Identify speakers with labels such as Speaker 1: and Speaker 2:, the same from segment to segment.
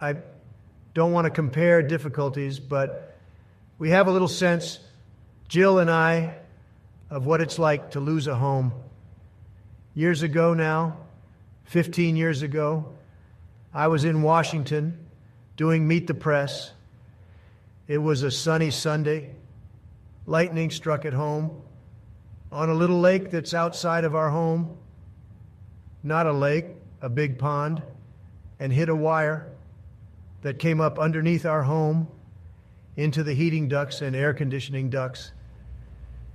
Speaker 1: I don't want to compare difficulties, but we have a little sense, Jill and I, of what it's like to lose a home. Years ago now, 15 years ago, I was in Washington doing Meet the Press. It was a sunny Sunday. Lightning struck at home on a little lake that's outside of our home. Not a lake, a big pond, and hit a wire that came up underneath our home into the heating ducts and air conditioning ducts.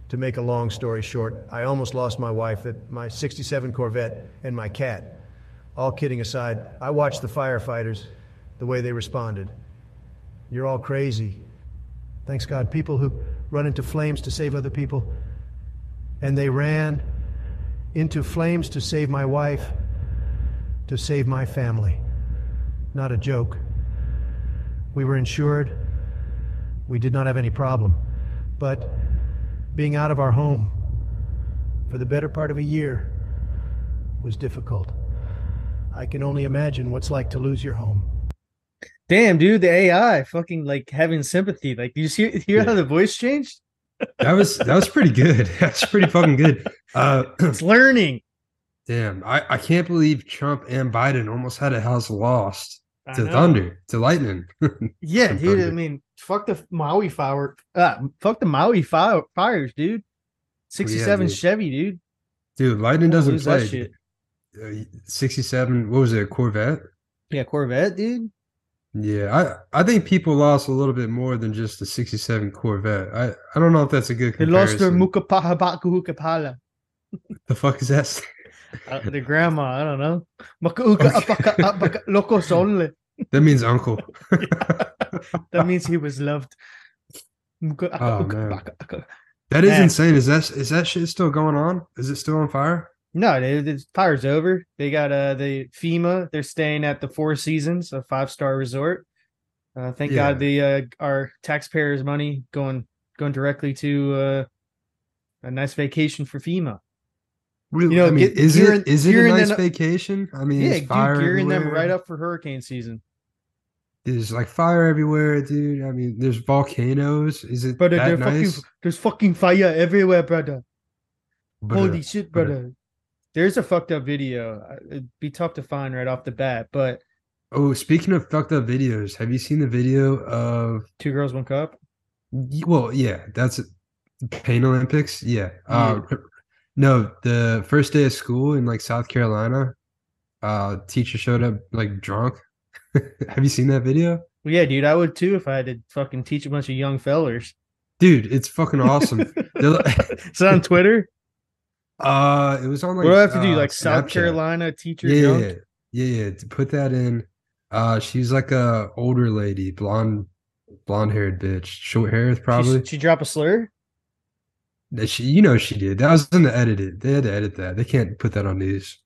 Speaker 1: To make a long story short, I almost lost my wife, that my 67 Corvette, and my cat. All kidding aside, I watched the firefighters, the way they responded. You're all crazy. Thanks God. People who run into flames to save other people. And they ran into flames to save my wife, to save my family. Not a joke. We were insured. We did not have any problem. But being out of our home for the better part of a year was difficult. I can only imagine what's like to lose your home.
Speaker 2: Damn, dude, the AI fucking like having sympathy. Like, you see, hear how the voice changed?
Speaker 3: That was that was pretty good. That's pretty fucking good. Uh,
Speaker 2: It's learning.
Speaker 3: damn, I, I can't believe Trump and Biden almost had a house lost
Speaker 2: I
Speaker 3: to
Speaker 2: know.
Speaker 3: thunder to lightning.
Speaker 2: Yeah,
Speaker 3: to
Speaker 2: dude. I
Speaker 3: thunder.
Speaker 2: mean, fuck the Maui fire. Uh, fuck the Maui fire, fires, dude. 67
Speaker 3: Oh, dude.
Speaker 2: Chevy, dude.
Speaker 3: Dude, lightning
Speaker 2: Don't
Speaker 3: doesn't
Speaker 2: lose that
Speaker 3: play.
Speaker 2: shit.
Speaker 3: Uh, Sixty-seven. What was it? a Corvette.
Speaker 2: Yeah, Corvette, dude.
Speaker 3: Yeah, I I think people lost a little bit more than just the '67 Corvette. I I don't know if that's a good
Speaker 2: They lost their
Speaker 3: comparison.
Speaker 2: Mukapahabakuhukapala.
Speaker 3: the fuck is that?
Speaker 2: Uh, their grandma, I don't know. uh, Makauka apaka apaka loco sole.
Speaker 3: that means uncle.
Speaker 2: That means he was loved. Muka- aka-
Speaker 3: Oh,
Speaker 2: uka-
Speaker 3: man.
Speaker 2: aka- aka.
Speaker 3: That is
Speaker 2: Man.
Speaker 3: insane. Is that is that shit still going on? Is it still on fire?
Speaker 2: No, dude, the fire's over. They got uh the FEMA. They're staying at the Four Seasons, a five star resort. Uh, thank
Speaker 3: Yeah.
Speaker 2: God the uh, our taxpayers' money going going directly to uh, a nice vacation for FEMA.
Speaker 3: Really?
Speaker 2: know,
Speaker 3: I mean,
Speaker 2: get-
Speaker 3: is
Speaker 2: gearing-
Speaker 3: it is it a
Speaker 2: gearing
Speaker 3: nice
Speaker 2: them-
Speaker 3: vacation? I mean,
Speaker 2: yeah,
Speaker 3: is
Speaker 2: dude,
Speaker 3: fire
Speaker 2: gearing them
Speaker 3: everywhere?
Speaker 2: right up for hurricane season.
Speaker 3: There's like fire everywhere, dude. I mean, there's volcanoes. Is it
Speaker 2: Brother,
Speaker 3: that
Speaker 2: they're
Speaker 3: nice?
Speaker 2: fucking there's fucking fire everywhere, brother.
Speaker 3: But, uh,
Speaker 2: Holy shit,
Speaker 3: but, uh,
Speaker 2: brother. There's a fucked up video. Uh, It'd be tough to find right off the bat, but
Speaker 3: oh, speaking of fucked up videos, have you seen the video of?
Speaker 2: two girls, one cup.
Speaker 3: y- Well, yeah, that's it. Pain Olympics. Yeah.
Speaker 2: Yeah.
Speaker 3: Uh, no, the first day of school in like South Carolina, uh, teacher showed up like drunk. have you seen that video?
Speaker 2: Well, yeah, dude, I would too if I had to fucking teach a bunch of young fellers.
Speaker 3: Dude, it's fucking awesome. They're like-
Speaker 2: Is that on Twitter?
Speaker 3: uh, it was on like
Speaker 2: what do I have to do?
Speaker 3: uh,
Speaker 2: Like South
Speaker 3: Snapchat.
Speaker 2: Carolina teacher
Speaker 3: yeah,
Speaker 2: drunk?
Speaker 3: yeah, yeah, yeah. To put that in, uh, she's like a older lady, blonde, blonde haired bitch, short hair probably.
Speaker 2: She, she drop a slur?
Speaker 3: That she, you know, she did. That was in the edited. They had to edit that. They can't put that on news.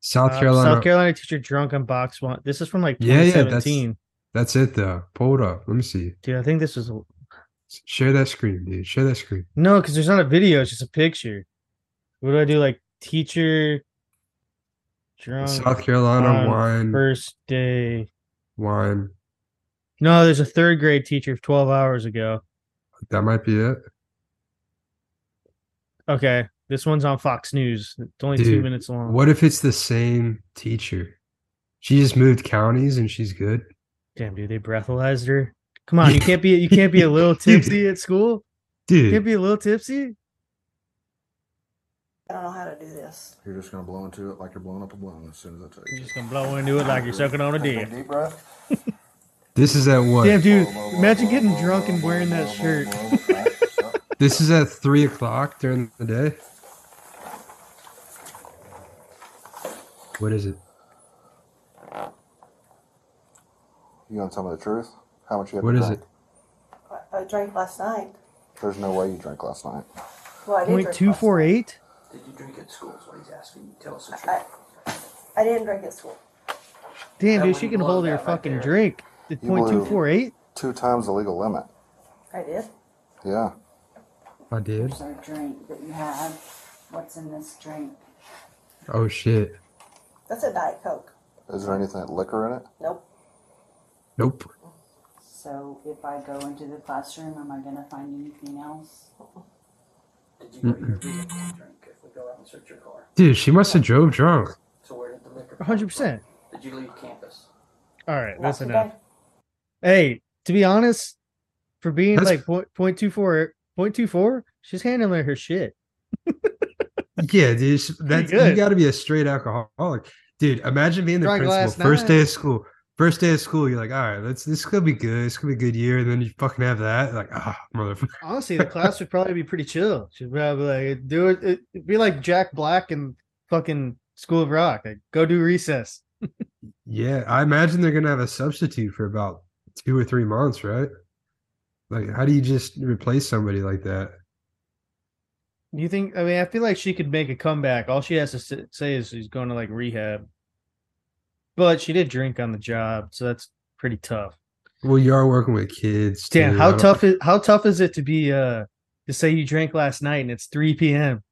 Speaker 3: South
Speaker 2: Uh,
Speaker 3: Carolina.
Speaker 2: South Carolina teacher drunk on box one. This is from like
Speaker 3: Yeah, yeah,
Speaker 2: 2017.
Speaker 3: That's it though. Pull it up. Let me see.
Speaker 2: Dude, I think this was a-
Speaker 3: Share that screen, dude. Share that screen.
Speaker 2: no, because there's not a video, it's just a picture. What do I do? Like teacher drunk
Speaker 3: South Carolina
Speaker 2: on
Speaker 3: wine,
Speaker 2: first day
Speaker 3: wine.
Speaker 2: No, there's a third grade teacher 12 hours ago.
Speaker 3: That might be it.
Speaker 2: Okay. This one's on Fox News. It's only two
Speaker 3: Dude,
Speaker 2: minutes long.
Speaker 3: What if it's the same teacher? She just moved counties and she's good.
Speaker 2: Damn, dude, they breathalyzed her. Come on, you can't be you can't be a little
Speaker 3: Dude.
Speaker 2: tipsy at school. You can't
Speaker 3: Dude,
Speaker 2: be a little tipsy.
Speaker 4: I don't know how to do this.
Speaker 5: You're just gonna blow into it like you're blowing up a balloon as soon as I tell
Speaker 2: You're
Speaker 5: you.
Speaker 2: just gonna blow into it like you're sucking on a
Speaker 5: Take
Speaker 2: dick.
Speaker 5: Deep breath.
Speaker 3: this is at what?
Speaker 2: Damn, dude,
Speaker 5: Blow, blow, blow,
Speaker 2: imagine
Speaker 5: blow,
Speaker 2: getting
Speaker 5: blow,
Speaker 2: drunk and
Speaker 5: blow,
Speaker 2: wearing
Speaker 5: blow,
Speaker 2: that
Speaker 5: blow,
Speaker 2: shirt.
Speaker 5: blow, blow. Right, stop.
Speaker 3: This is at three o'clock during the day. What is it?
Speaker 5: You gonna tell me the truth? How much you had
Speaker 3: What
Speaker 5: to
Speaker 3: is
Speaker 5: drink?
Speaker 3: it?
Speaker 4: I, I drank last night.
Speaker 5: There's no way you drank last night.
Speaker 4: Well, I did
Speaker 2: Point
Speaker 4: drink
Speaker 2: two
Speaker 4: last
Speaker 2: four
Speaker 4: night.
Speaker 2: eight.
Speaker 6: Did you drink at school? Is what he's asking. Tell us the truth.
Speaker 4: I, I didn't drink at school.
Speaker 2: Damn,
Speaker 6: That
Speaker 2: dude,
Speaker 6: one
Speaker 2: she can
Speaker 6: blows
Speaker 2: hold her
Speaker 6: that right
Speaker 2: fucking
Speaker 6: there.
Speaker 2: drink. It's
Speaker 5: You
Speaker 2: point two
Speaker 5: blew-
Speaker 2: four eight.
Speaker 5: Two times the legal limit.
Speaker 4: I did.
Speaker 5: Yeah.
Speaker 3: I did.
Speaker 7: Here's our drink that you have. What's in this drink?
Speaker 3: Oh shit.
Speaker 4: That's a Diet Coke.
Speaker 5: Is there anything like liquor in it?
Speaker 4: Nope.
Speaker 3: Nope.
Speaker 7: So if I go into the classroom, am I gonna find anything else?
Speaker 6: Did you bring your vehicle to drink if we go out and search your car?
Speaker 3: Dude, she must have drove drunk.
Speaker 6: So where did the liquor? come
Speaker 2: hundred percent.
Speaker 6: from? Did you leave campus?
Speaker 2: All right,
Speaker 4: Not
Speaker 2: that's
Speaker 4: today.
Speaker 2: enough. Hey, to be honest, for being
Speaker 3: That's-
Speaker 2: like point point two four point two four, she's handling her shit.
Speaker 3: Yeah, dude, she- that's you
Speaker 2: good.
Speaker 3: got to be a straight alcoholic, dude. Imagine being the
Speaker 2: Drunk last
Speaker 3: principal first
Speaker 2: night.
Speaker 3: day of school. First day of school, you're like, all right, let's this could be good. This could be a good year, and then you fucking have that, like, ah, motherfucker.
Speaker 2: Honestly, the class would probably be pretty chill. She'd probably be like do it. it- It'd be like Jack Black and fucking School of Rock. Like, go do recess.
Speaker 3: Yeah, I imagine they're gonna have a substitute for about two or three months, right? Like, how do you just replace somebody like that?
Speaker 2: You think? I mean, I feel like she could make a comeback. All she has to s- say is she's going to like rehab. But she did drink on the job, so that's pretty tough.
Speaker 3: Well, you are working with kids.
Speaker 2: Damn,
Speaker 3: too. I
Speaker 2: how
Speaker 3: don't-
Speaker 2: tough is how tough is it to be uh to say you drank last night and it's three p.m.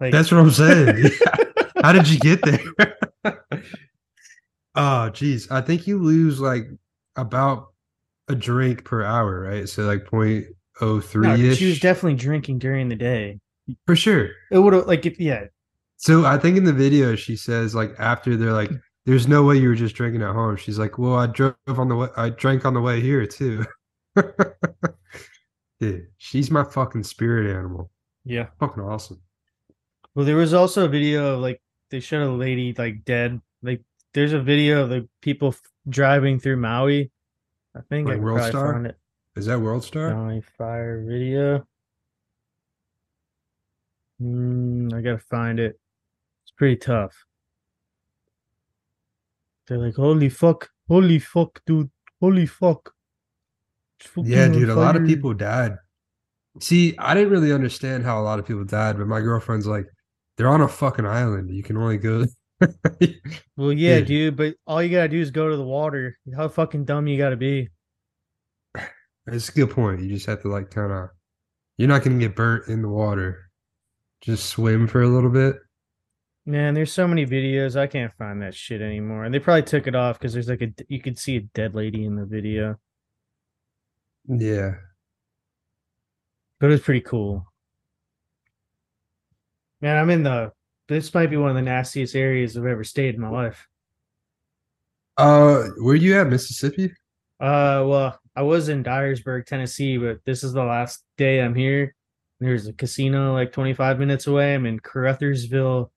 Speaker 2: Like
Speaker 3: That's what I'm saying. How did you get there? oh, geez. I think you lose like about a drink per hour, right? So like 0.03
Speaker 2: no, dude,
Speaker 3: ish.
Speaker 2: she was definitely drinking during the day.
Speaker 3: for sure.
Speaker 2: It would have like if yeah
Speaker 3: So I think in the video she says like after they're like, "There's no way you were just drinking at home." She's like, "Well, I drove on the way. I drank on the way here too." Dude, she's my fucking spirit animal.
Speaker 2: yeah.
Speaker 3: Fucking awesome.
Speaker 2: Well, there was also a video of like they showed a lady like dead. Like there's a video of the people f- driving through Maui. I think I
Speaker 3: Like
Speaker 2: could
Speaker 3: World
Speaker 2: probably
Speaker 3: Star?
Speaker 2: find it.
Speaker 3: Is that World Star?
Speaker 2: Maui fire video. Mm, I gotta find it. It's pretty tough. They're like, holy fuck, holy fuck, dude, holy fuck. It's
Speaker 3: Yeah,
Speaker 2: fucking on
Speaker 3: dude, a lot of
Speaker 2: fire."
Speaker 3: people died. See, I didn't really understand how a lot of people died, but my girlfriend's like, they're on a fucking island. You can only go.
Speaker 2: Well, yeah,
Speaker 3: Dude.
Speaker 2: dude, but all you gotta do is go to the water. How fucking dumb you gotta be.
Speaker 3: It's a good point. You just have to like kind of. You're not gonna get burnt in the water. Just swim for a little bit.
Speaker 2: Man, there's so many videos. I can't find that shit anymore. And they probably took it off because there's like a you could see a dead lady in the video.
Speaker 3: Yeah,
Speaker 2: But it was pretty cool. Man, I'm in the this might be one of the nastiest areas I've ever stayed in my life.
Speaker 3: Uh, were you at Mississippi?
Speaker 2: Uh well, I was in Dyersburg, Tennessee, but this is the last day I'm here. There's a casino like 25 minutes away. I'm in Caruthersville,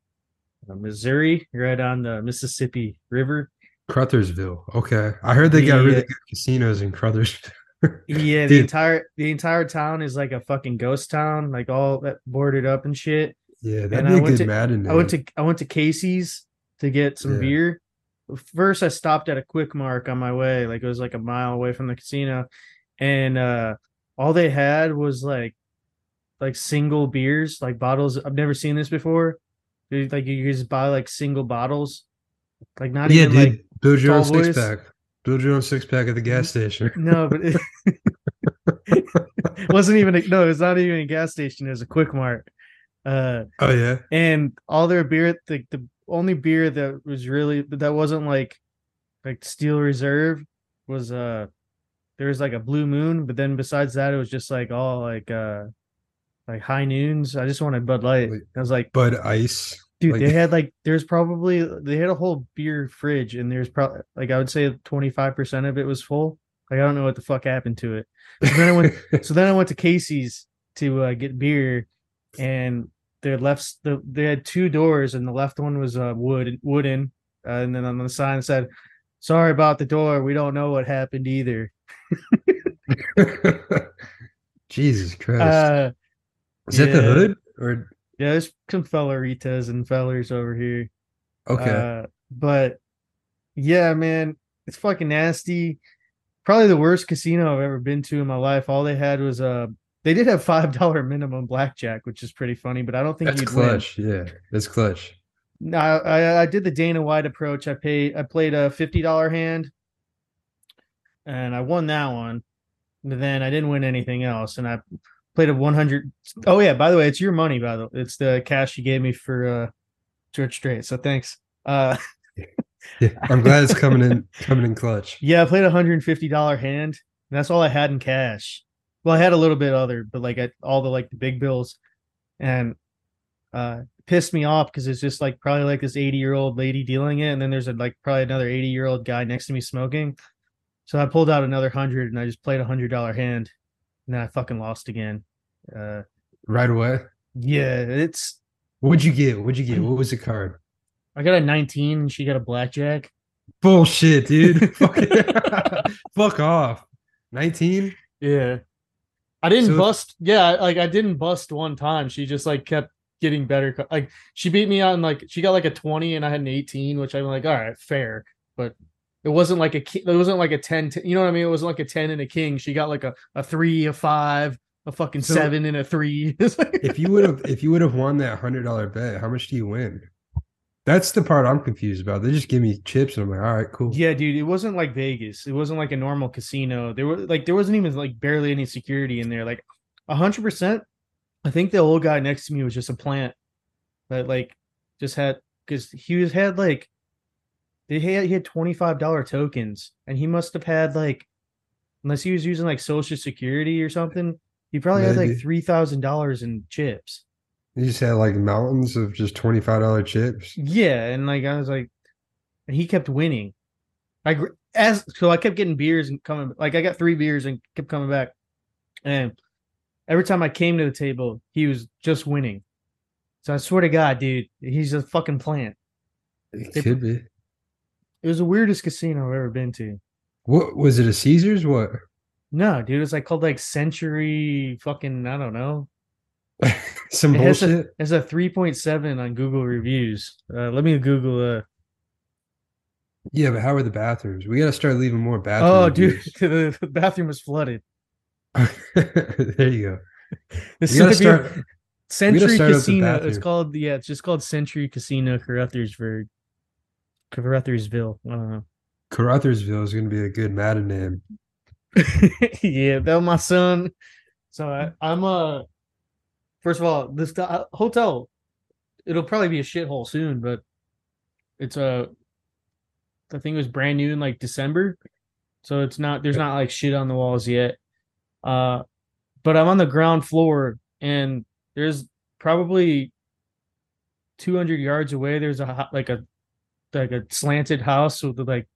Speaker 2: uh, Missouri, right on the Mississippi River.
Speaker 3: Crothersville. Okay, I heard they got really
Speaker 2: Yeah.
Speaker 3: good casinos in Crothersville.
Speaker 2: Yeah, the
Speaker 3: Dude.
Speaker 2: entire the entire town is like a fucking ghost town, like all that boarded up and shit.
Speaker 3: Yeah,
Speaker 2: And
Speaker 3: that'd
Speaker 2: I
Speaker 3: be a
Speaker 2: went
Speaker 3: good
Speaker 2: to-
Speaker 3: Madden.
Speaker 2: I went
Speaker 3: name.
Speaker 2: to I went to Casey's to get some
Speaker 3: Yeah.
Speaker 2: beer. First, I stopped at a Quick Mark on my way, like it was like a mile away from the casino, and uh all they had was like like single beers, like bottles. I've never seen this before. Dude, Like you just buy like single bottles, like not
Speaker 3: yeah,
Speaker 2: even
Speaker 3: dude,
Speaker 2: like Mm-hmm.
Speaker 3: build your own
Speaker 2: tall boys.
Speaker 3: six pack. Build your own six pack at the gas station.
Speaker 2: No, but it wasn't even a, no, it's not even a gas station. It was a Quick Mart. Uh,
Speaker 3: Oh yeah,
Speaker 2: and all their beer, the, the only beer that was really that wasn't like like Steel Reserve was uh there was like a Blue Moon, but then besides that, it was just like all like uh like High Noons. I just wanted Bud Light.
Speaker 3: Like-
Speaker 2: I was like,
Speaker 3: Bud Ice.
Speaker 2: dude,
Speaker 3: like-
Speaker 2: they had like there's probably they had a whole beer fridge, and there's probably like I would say twenty five percent of it was full. Like I don't know what the fuck happened to it. But then I went so then I went to Casey's to uh, get beer, and their left the, they had two doors, and the left one was uh, wood wooden, uh, and then on the sign said, "Sorry about the door. We don't know what happened either."
Speaker 3: Jesus Christ!
Speaker 2: Uh,
Speaker 3: Is that
Speaker 2: yeah.
Speaker 3: the hood or
Speaker 2: yeah, there's some felleritas and fellers over here.
Speaker 3: okay?
Speaker 2: Uh, but yeah, man, it's fucking nasty. Probably the worst casino I've ever been to in my life. All they had was uh they did have five dollar minimum blackjack, which is pretty funny, but I don't think
Speaker 3: that's
Speaker 2: you'd win.
Speaker 3: clutch. Yeah, that's clutch.
Speaker 2: No, I, I I did the Dana White approach. I paid I played a fifty dollar hand, and I won that one. But then I didn't win anything else, and I played a one hundred. Oh yeah, by the way, it's your money. By the way, it's the cash you gave me for uh, George Strait. So thanks. Uh,
Speaker 3: Yeah, I'm glad it's coming in coming in clutch.
Speaker 2: Yeah, I played a hundred and fifty dollar hand, and that's all I had in cash. Well, I had a little bit other, but like I, all the like the big bills, and uh pissed me off because it's just like probably like this eighty year old lady dealing it, and then there's a, like probably another eighty year old guy next to me smoking. So I pulled out another hundred and I just played a hundred dollar hand, and then I fucking lost again. Uh
Speaker 3: Right away.
Speaker 2: Yeah, it's
Speaker 3: What'd you get? What'd you get? What was the card?
Speaker 2: I got a nineteen, and she got a blackjack.
Speaker 3: Bullshit, dude. Fuck, it. Fuck off. 19?
Speaker 2: Yeah. I didn't
Speaker 3: So-
Speaker 2: bust. Yeah, like I didn't bust one time. She just like kept getting better. co- Like she beat me on like she got like a 20 and I had an 18, which I'm like, all right, fair. But it wasn't like a ki- it wasn't like a 10, t- you know what I mean? It wasn't like a 10 and a king. She got like a a 3, a 5, a fucking
Speaker 3: So-
Speaker 2: 7 and a 3. It's like-
Speaker 3: If you would have if you would have won that hundred dollar bet, how much do you win? That's the part I'm confused about. They just give me chips and I'm like, all right, cool.
Speaker 2: Yeah, dude, it wasn't like Vegas. It wasn't like a normal casino. There were like there wasn't even like barely any security in there. Like hundred percent. I think the old guy next to me was just a plant that like just had because he was had like they had he had twenty five dollar tokens and he must have had like unless he was using like social security or something, he probably had like
Speaker 3: Maybe.
Speaker 2: three thousand dollars in chips.
Speaker 3: You just had like mountains of just twenty five dollar chips.
Speaker 2: Yeah, and like I was like, and he kept winning. I gr- as so I kept getting beers and coming. Like I got three beers and kept coming back, and every time I came to the table, he was just winning. So I swear to God, dude, he's a fucking plant.
Speaker 3: It
Speaker 2: They-
Speaker 3: could be.
Speaker 2: It was the weirdest casino I've ever been to.
Speaker 3: What was it a Caesars? What?
Speaker 2: No, dude, it's like called like Century fucking I don't know.
Speaker 3: Some
Speaker 2: It has
Speaker 3: bullshit?
Speaker 2: a, has a three point seven on Google reviews. Uh, let me Google. Uh,
Speaker 3: Yeah, but how are the bathrooms? We gotta start leaving more bathrooms.
Speaker 2: oh, dude, the the bathroom was flooded.
Speaker 3: there you go.
Speaker 2: This
Speaker 3: We gotta
Speaker 2: is gonna be-
Speaker 3: start
Speaker 2: Century
Speaker 3: start up the
Speaker 2: Casino. It's
Speaker 3: bathroom.
Speaker 2: called yeah. It's just called Century Casino Caruthersville. Caruthersville. I don't know.
Speaker 3: Caruthersville is gonna be a good Madden name.
Speaker 2: yeah, that was my son. So I, I'm uh First of all, this uh, hotel, it'll probably be a shithole soon, but it's uh, I think it was brand new in like December, so it's not there's not like shit on the walls yet. Uh, but I'm on the ground floor and there's probably 200 yards away there's a ho- like a like a slanted house with like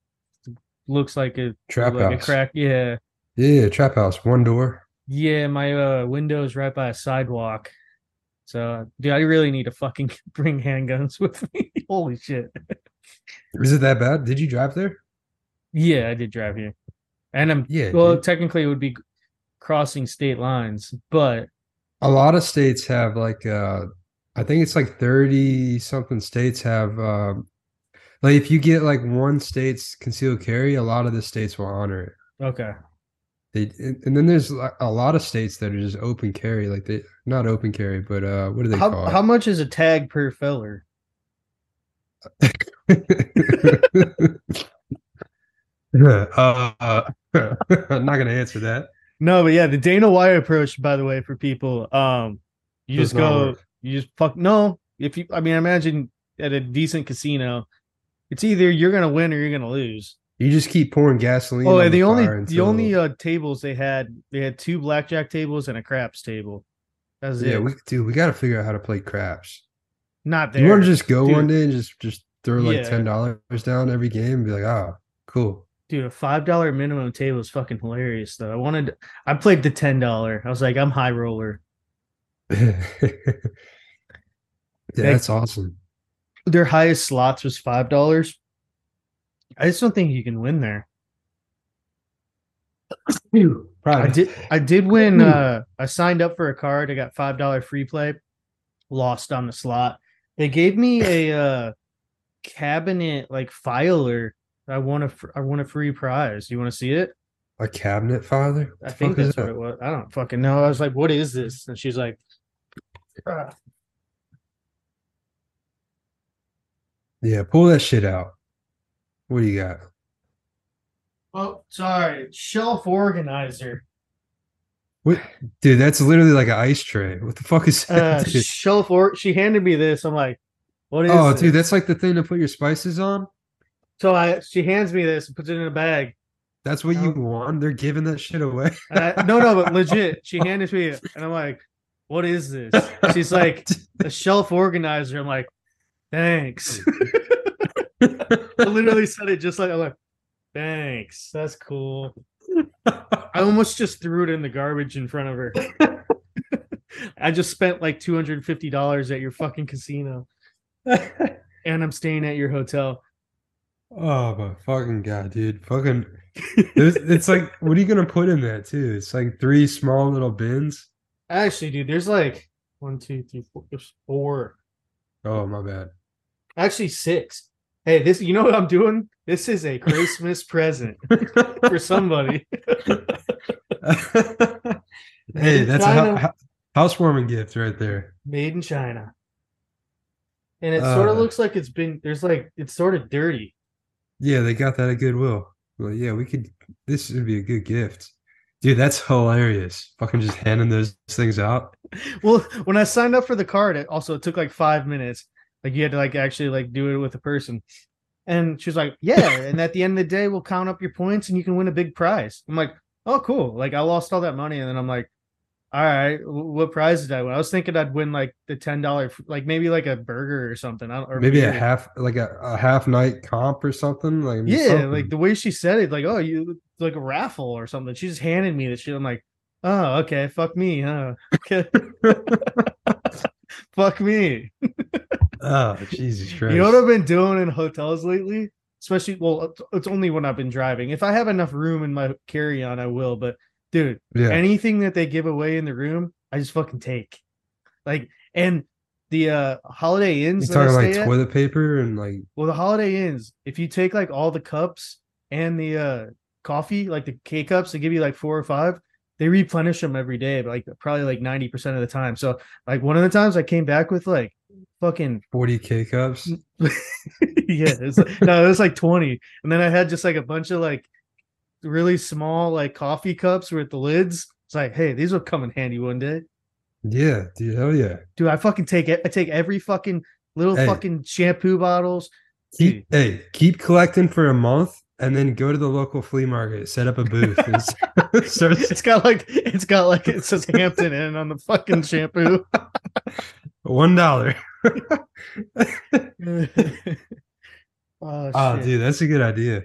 Speaker 2: looks like a
Speaker 3: Trap
Speaker 2: like a
Speaker 3: house.
Speaker 2: crack yeah
Speaker 3: Yeah, trap house, one door.
Speaker 2: yeah my uh window's right by a sidewalk so dude i really need to fucking bring handguns with me holy shit
Speaker 3: Is it that bad? Did you drive there?
Speaker 2: yeah i did drive here and i'm
Speaker 3: Yeah.
Speaker 2: well
Speaker 3: dude.
Speaker 2: technically it would be crossing state lines but
Speaker 3: a lot of states have like uh I think it's like 30 something states have um like if you get like one state's concealed carry, a lot of the states will honor it.
Speaker 2: okay
Speaker 3: They and, and then there's like a lot of states that are just open carry, like they not open carry, but uh what do they
Speaker 2: how,
Speaker 3: call
Speaker 2: how much is a tag per feller
Speaker 3: it? uh, uh, I'm not gonna answer that.
Speaker 2: No, but yeah, the Dana White approach, by the way, for people, um, you
Speaker 3: Does
Speaker 2: just
Speaker 3: not
Speaker 2: go,
Speaker 3: work.
Speaker 2: you just fuck. No, if you, I mean, I imagine at a decent casino, it's either you're gonna win or you're gonna lose.
Speaker 3: You just keep pouring gasoline.
Speaker 2: Oh,
Speaker 3: on
Speaker 2: and the only,
Speaker 3: fire
Speaker 2: the
Speaker 3: until-
Speaker 2: only uh, tables they had, they had two blackjack tables and a craps table. That's
Speaker 3: yeah,
Speaker 2: it.
Speaker 3: we dude, we gotta figure out how to play craps.
Speaker 2: Not
Speaker 3: You
Speaker 2: there,
Speaker 3: want to just go one
Speaker 2: Dude.
Speaker 3: day and just just throw like
Speaker 2: Yeah.
Speaker 3: ten dollars down every game and be like, oh, cool.
Speaker 2: dude. A five dollar minimum table is fucking hilarious, though. I wanted, I played the ten dollar. I was like, I'm high roller.
Speaker 3: yeah, that's awesome.
Speaker 2: Their highest slots was five dollars. I just don't think you can win there. I
Speaker 3: Probably. Hmm.
Speaker 2: did. I did win. Uh, I signed up for a card. I got five dollar free play. Lost on the slot. They gave me a uh, cabinet like filer. I won a. fr- I won a free prize. You want to see it?
Speaker 3: a cabinet father.
Speaker 2: I think that's what it was. I don't fucking know. I was like, "What is this?" And she's like, "Ah."
Speaker 3: Yeah, pull that shit out. What do you got?
Speaker 2: "Oh, sorry, shelf organizer.
Speaker 3: What, dude? That's literally like an ice tray. What the fuck is
Speaker 2: Uh,
Speaker 3: that? dude?
Speaker 2: shelf or." She handed me this. I'm like, "What is?"
Speaker 3: oh,
Speaker 2: this?
Speaker 3: dude, that's like the thing to put your spices on.
Speaker 2: So I she hands me this and puts it in a bag.
Speaker 3: That's what you
Speaker 2: No.
Speaker 3: want. They're giving that shit away.
Speaker 2: And I, no, no, but legit, she handed me it, and I'm like, "What is this?" She's like, "A shelf organizer." I'm like, "Thanks." I literally said it just like I'm like, "Thanks, that's cool." I almost just threw it in the garbage in front of her. I just spent like two hundred and fifty dollars at your fucking casino, and I'm staying at your hotel.
Speaker 3: Oh my fucking god, dude! Fucking, there's, it's like, what are you gonna put in that too? It's like three small little bins.
Speaker 2: Actually, dude, there's like one, two, three, four. There's four.
Speaker 3: Oh my bad.
Speaker 2: Actually, six. Hey, this you know what I'm doing? This is a Christmas present for somebody.
Speaker 3: hey,
Speaker 2: in
Speaker 3: that's a hou-
Speaker 2: China.
Speaker 3: hou- housewarming gift right there.
Speaker 2: Made in China. And it sort
Speaker 3: Uh.
Speaker 2: of looks like it's been there's like it's sort of dirty.
Speaker 3: Yeah, they got that at Goodwill. Well, yeah, we could. This would be a good gift, dude. That's hilarious. Fucking just handing those things out.
Speaker 2: Well, when I signed up for the card, it also took like five minutes. Like you had to like actually like do it with a person. And she was like, Yeah, and at the end of the day, we'll count up your points and you can win a big prize. I'm like, Oh, cool. Like I lost all that money, and then I'm like, All right, wh- what prize did I win? I was thinking I'd win like the ten dollar like maybe like a burger or something. I don't or
Speaker 3: Maybe a
Speaker 2: beer.
Speaker 3: half, like a, a half night comp or something. Like I mean,
Speaker 2: Yeah,
Speaker 3: something.
Speaker 2: like the way she said it, like, oh, you it's like a raffle or something. She just handed me this shit. I'm like, oh, okay, fuck me, huh? Okay. fuck me.
Speaker 3: oh Jesus Christ.
Speaker 2: You know what I've been doing in hotels lately? Especially, well, it's- it's only when I've been driving. If I have enough room in my carry on, I will. But dude,
Speaker 3: yeah.
Speaker 2: anything that they give away in the room, I just fucking take. Like, and the uh Holiday Inns,
Speaker 3: You
Speaker 2: that I
Speaker 3: talking like
Speaker 2: stay at-
Speaker 3: toilet paper and like
Speaker 2: well, the Holiday Inns, if you take like all the cups and the uh coffee, like the K cups, they give you like four or five. They replenish them every day, but like probably like 90% of the time. So, like, one of the times I came back with like fucking,
Speaker 3: forty k cups?
Speaker 2: Mm. yeah, it's like, no, it was like 20. And then I had just like a bunch of like really small like coffee cups with the lids. It's like, hey, these will come in handy one day.
Speaker 3: Yeah, dude. Hell yeah.
Speaker 2: Dude, I fucking take it. I take every fucking little
Speaker 3: Hey.
Speaker 2: fucking shampoo bottles.
Speaker 3: Keep hey, keep collecting for a month and then go to the local flea market, set up a booth, and s- start
Speaker 2: it's got like it's got like it says Hampton Inn on the fucking shampoo.
Speaker 3: one dollar.
Speaker 2: oh,
Speaker 3: Oh,
Speaker 2: shit.
Speaker 3: dude, that's a good idea.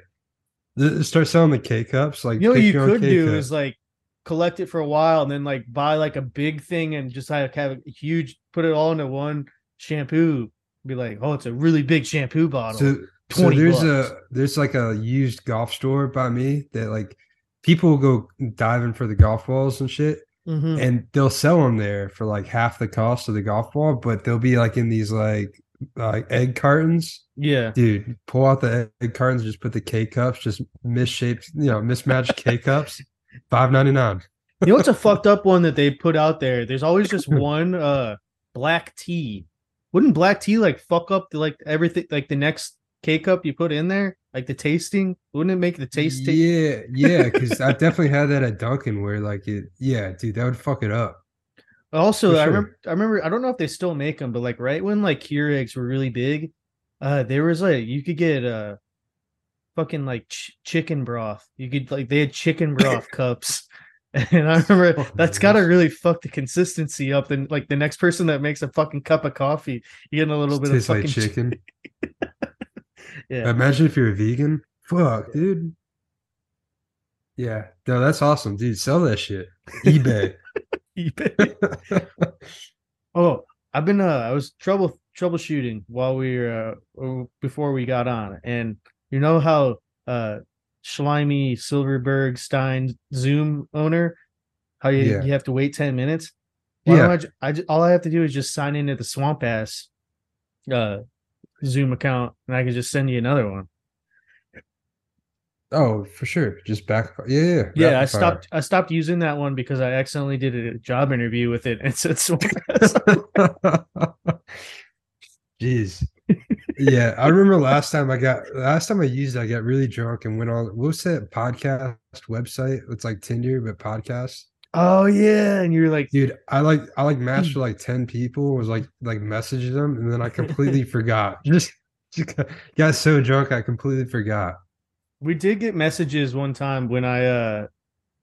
Speaker 3: Th- Start selling the K cups. Like,
Speaker 2: you know what
Speaker 3: pick
Speaker 2: you
Speaker 3: your own
Speaker 2: could
Speaker 3: K
Speaker 2: do
Speaker 3: cup.
Speaker 2: is like collect it for a while and then like buy like a big thing and just like have a huge put it all into one shampoo. Be like, oh, it's a really big shampoo bottle.
Speaker 3: so, so
Speaker 2: 20
Speaker 3: there's
Speaker 2: bucks.
Speaker 3: a there's like a used golf store by me that like people go diving for the golf balls and shit,
Speaker 2: Mhm.
Speaker 3: and they'll sell them there for like half the cost of the golf ball, but they'll be like in these like like egg cartons.
Speaker 2: Yeah.
Speaker 3: Dude, pull out the egg cartons, just put the K cups, just misshaped, you know, mismatched K cups, five ninety nine.
Speaker 2: You know what's a fucked up one that they put out there? There's always just one uh black tea. Wouldn't black tea like fuck up the, like everything like the next K cup you put in there? Like the tasting? Wouldn't it make the taste taste
Speaker 3: Yeah, yeah, because I definitely had that at Duncan where like it, yeah, dude, that would fuck it up.
Speaker 2: Also,
Speaker 3: For
Speaker 2: I
Speaker 3: sure.
Speaker 2: remember. I remember. I don't know if they still make them, but like right when like Keurigs were really big, uh, there was like you could get uh, fucking like ch- chicken broth. You could like they had chicken broth cups, and I remember
Speaker 3: Fucking
Speaker 2: that's got to
Speaker 3: gross.
Speaker 2: really fuck the consistency up. Then like the next person that makes a fucking cup of coffee, you get a little bit
Speaker 3: Just
Speaker 2: of
Speaker 3: tastes
Speaker 2: fucking
Speaker 3: like
Speaker 2: chicken.
Speaker 3: chicken.
Speaker 2: Yeah.
Speaker 3: Imagine if you're a vegan. Fuck, dude. Yeah, no, that's awesome, dude. Sell that shit. eBay.
Speaker 2: oh, I've been. Uh, I was trouble troubleshooting while we were uh, or before we got on, and you know how uh slimy Silverberg Stein Zoom owner, how you,
Speaker 3: Yeah.
Speaker 2: you have to wait ten minutes. Why
Speaker 3: Yeah.
Speaker 2: don't I, ju- I ju- all I have to do is just sign into the Swamp Ass uh, Zoom account, and I can just send you another one.
Speaker 3: Oh, for sure. Just back. Yeah, yeah.
Speaker 2: Yeah,
Speaker 3: rapid
Speaker 2: I
Speaker 3: fire.
Speaker 2: stopped. I stopped using that one because I accidentally did a job interview with it, and it said Swamp Ass.
Speaker 3: Jeez. Yeah, I remember last time I got last time I used it, I got really drunk and went on what's that podcast website? It's like Tinder, but podcast.
Speaker 2: oh yeah, and you were like.
Speaker 3: Dude, I like
Speaker 2: Hmm.
Speaker 3: I like matched with like 10 people, was like like messaged them, and then I completely forgot. Just Just got, got so drunk I completely forgot.
Speaker 2: We did get messages one time when I uh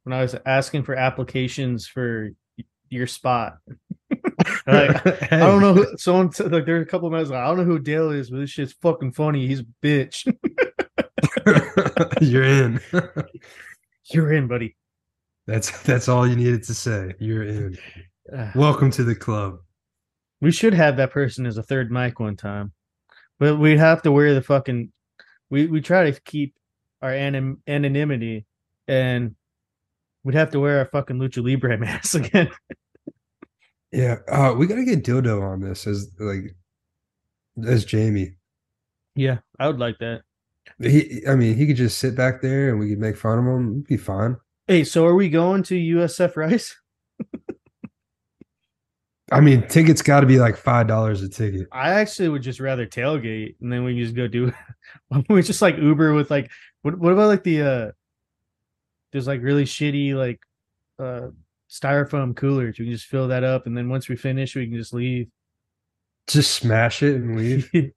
Speaker 2: when I was asking for applications for y- your spot. like, I don't know. Who, someone said, like there's a couple of messages. Like, I don't know who Dale is, but this shit's fucking funny. He's a bitch.
Speaker 3: You're in.
Speaker 2: You're in, buddy.
Speaker 3: That's that's all you needed to say. You're in.
Speaker 2: Ah.
Speaker 3: Welcome to the club.
Speaker 2: We should have that person as a third mic one time, but we'd have to wear the fucking. We we try to keep our anim- anonymity, and we'd have to wear our fucking lucha libre mask again.
Speaker 3: Yeah, uh, we gotta get dildo on this as like as Jamie.
Speaker 2: yeah, I would like that.
Speaker 3: He, I mean, he could just sit back there and we could make fun of him. It'd be fine.
Speaker 2: Hey, so are we going to USF Rice?
Speaker 3: I mean, tickets got to be like five dollars a ticket.
Speaker 2: I actually would just rather tailgate, and then we can just go do. we just like Uber with like what? What about like the uh? There's like really shitty like uh styrofoam coolers. We can just fill that up, and then once we finish, we can just leave.
Speaker 3: Just smash it and leave.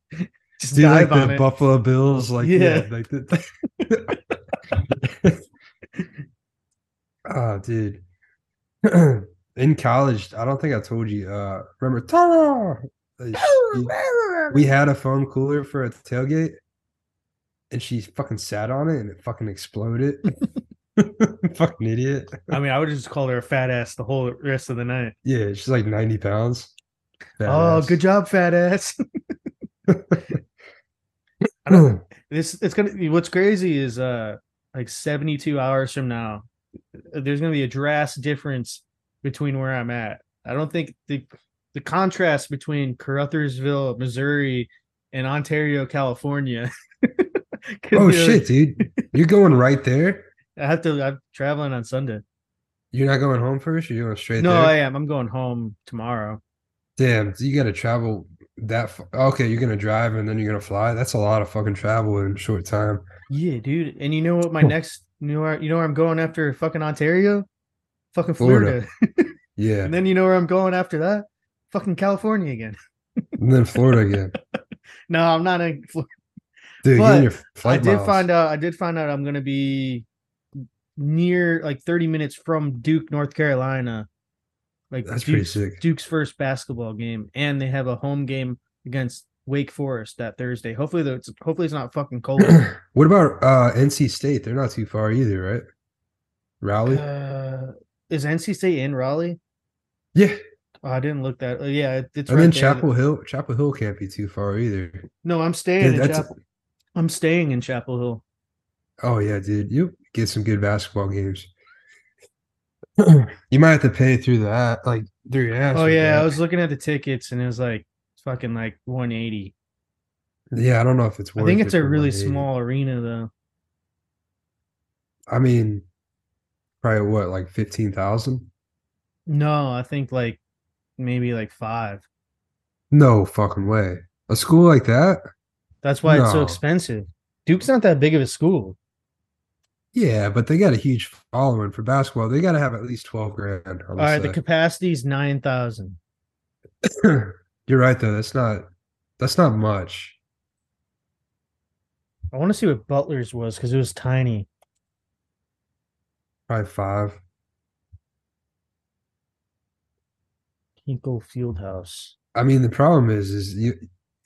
Speaker 2: just
Speaker 3: Do like
Speaker 2: dive
Speaker 3: the
Speaker 2: on it.
Speaker 3: Buffalo Bills, like yeah,
Speaker 2: Yeah.
Speaker 3: like the. oh, dude. In college, I don't think I told you. Uh, remember, Tara? Uh, she- we had a foam cooler for a tailgate, and she fucking sat on it, and it fucking exploded. fucking idiot.
Speaker 2: I mean, I would just call her a fat ass the whole rest of the night.
Speaker 3: Yeah, she's like ninety pounds.
Speaker 2: Oh, good job, fat ass.
Speaker 3: job.
Speaker 2: this it's gonna. What's crazy is uh, like seventy two hours from now, there's gonna be a drastic difference between where I'm at. I don't think the the contrast between Caruthersville, Missouri, and Ontario, California. could
Speaker 3: Oh
Speaker 2: be like-
Speaker 3: shit, dude! You're going right there.
Speaker 2: I have to. I'm traveling on Sunday.
Speaker 3: You're not going home first. You're going straight
Speaker 2: no,
Speaker 3: there.
Speaker 2: I am. I'm going home tomorrow.
Speaker 3: Damn, you got to travel that. F- okay, you're gonna drive and then you're gonna fly. That's a lot of fucking travel in a short time.
Speaker 2: Yeah, dude. And you know what? My next, you know, where, you know where I'm going after fucking Ontario, fucking
Speaker 3: Florida.
Speaker 2: Florida.
Speaker 3: Yeah,
Speaker 2: And then you know where I'm going after that, fucking California again.
Speaker 3: and then Florida again,
Speaker 2: No, I'm not in Florida.
Speaker 3: dude. you
Speaker 2: But
Speaker 3: and your
Speaker 2: I
Speaker 3: flight
Speaker 2: did
Speaker 3: miles.
Speaker 2: find out. I did find out I'm gonna be near like 30 minutes from Duke, North Carolina. Like
Speaker 3: That's pretty
Speaker 2: Duke's,
Speaker 3: sick.
Speaker 2: Duke's first basketball game, and they have a home game against Wake Forest that Thursday. Hopefully, though, it's hopefully it's not fucking cold.
Speaker 3: what about uh NC State? They're not too far either, right? Raleigh.
Speaker 2: uh, is NC State in Raleigh?
Speaker 3: yeah,
Speaker 2: Oh, I didn't look that. uh, Yeah, it- it's
Speaker 3: and
Speaker 2: right
Speaker 3: then
Speaker 2: there.
Speaker 3: Chapel Hill. Chapel Hill can't be too far either.
Speaker 2: No, I'm
Speaker 3: Dude,
Speaker 2: staying in
Speaker 3: that's-
Speaker 2: Chapel. I'm staying in Chapel Hill.
Speaker 3: Oh yeah, dude. You get some good basketball games. you might have to pay through the a- like through your ass.
Speaker 2: oh
Speaker 3: with
Speaker 2: yeah,
Speaker 3: that.
Speaker 2: I was looking at the tickets and it was like it's fucking like 180.
Speaker 3: Yeah, I don't know if it's worth
Speaker 2: I think
Speaker 3: it
Speaker 2: it's a
Speaker 3: for
Speaker 2: really
Speaker 3: 180.
Speaker 2: small arena though.
Speaker 3: I mean, probably what, like 15,000?
Speaker 2: No, I think like maybe like five.
Speaker 3: No fucking way. A school like that?
Speaker 2: That's why it's so
Speaker 3: No.
Speaker 2: expensive. Duke's not that big of a school.
Speaker 3: Yeah, but they got a huge following for basketball. They got to have at least 12 grand. I would
Speaker 2: All right, the
Speaker 3: say.
Speaker 2: capacity's nine thousand.
Speaker 3: You're right though. That's not that's not much.
Speaker 2: I want to see what Butler's was because it was tiny.
Speaker 3: Probably 5.
Speaker 2: Hinkle Fieldhouse.
Speaker 3: I mean, the problem is is you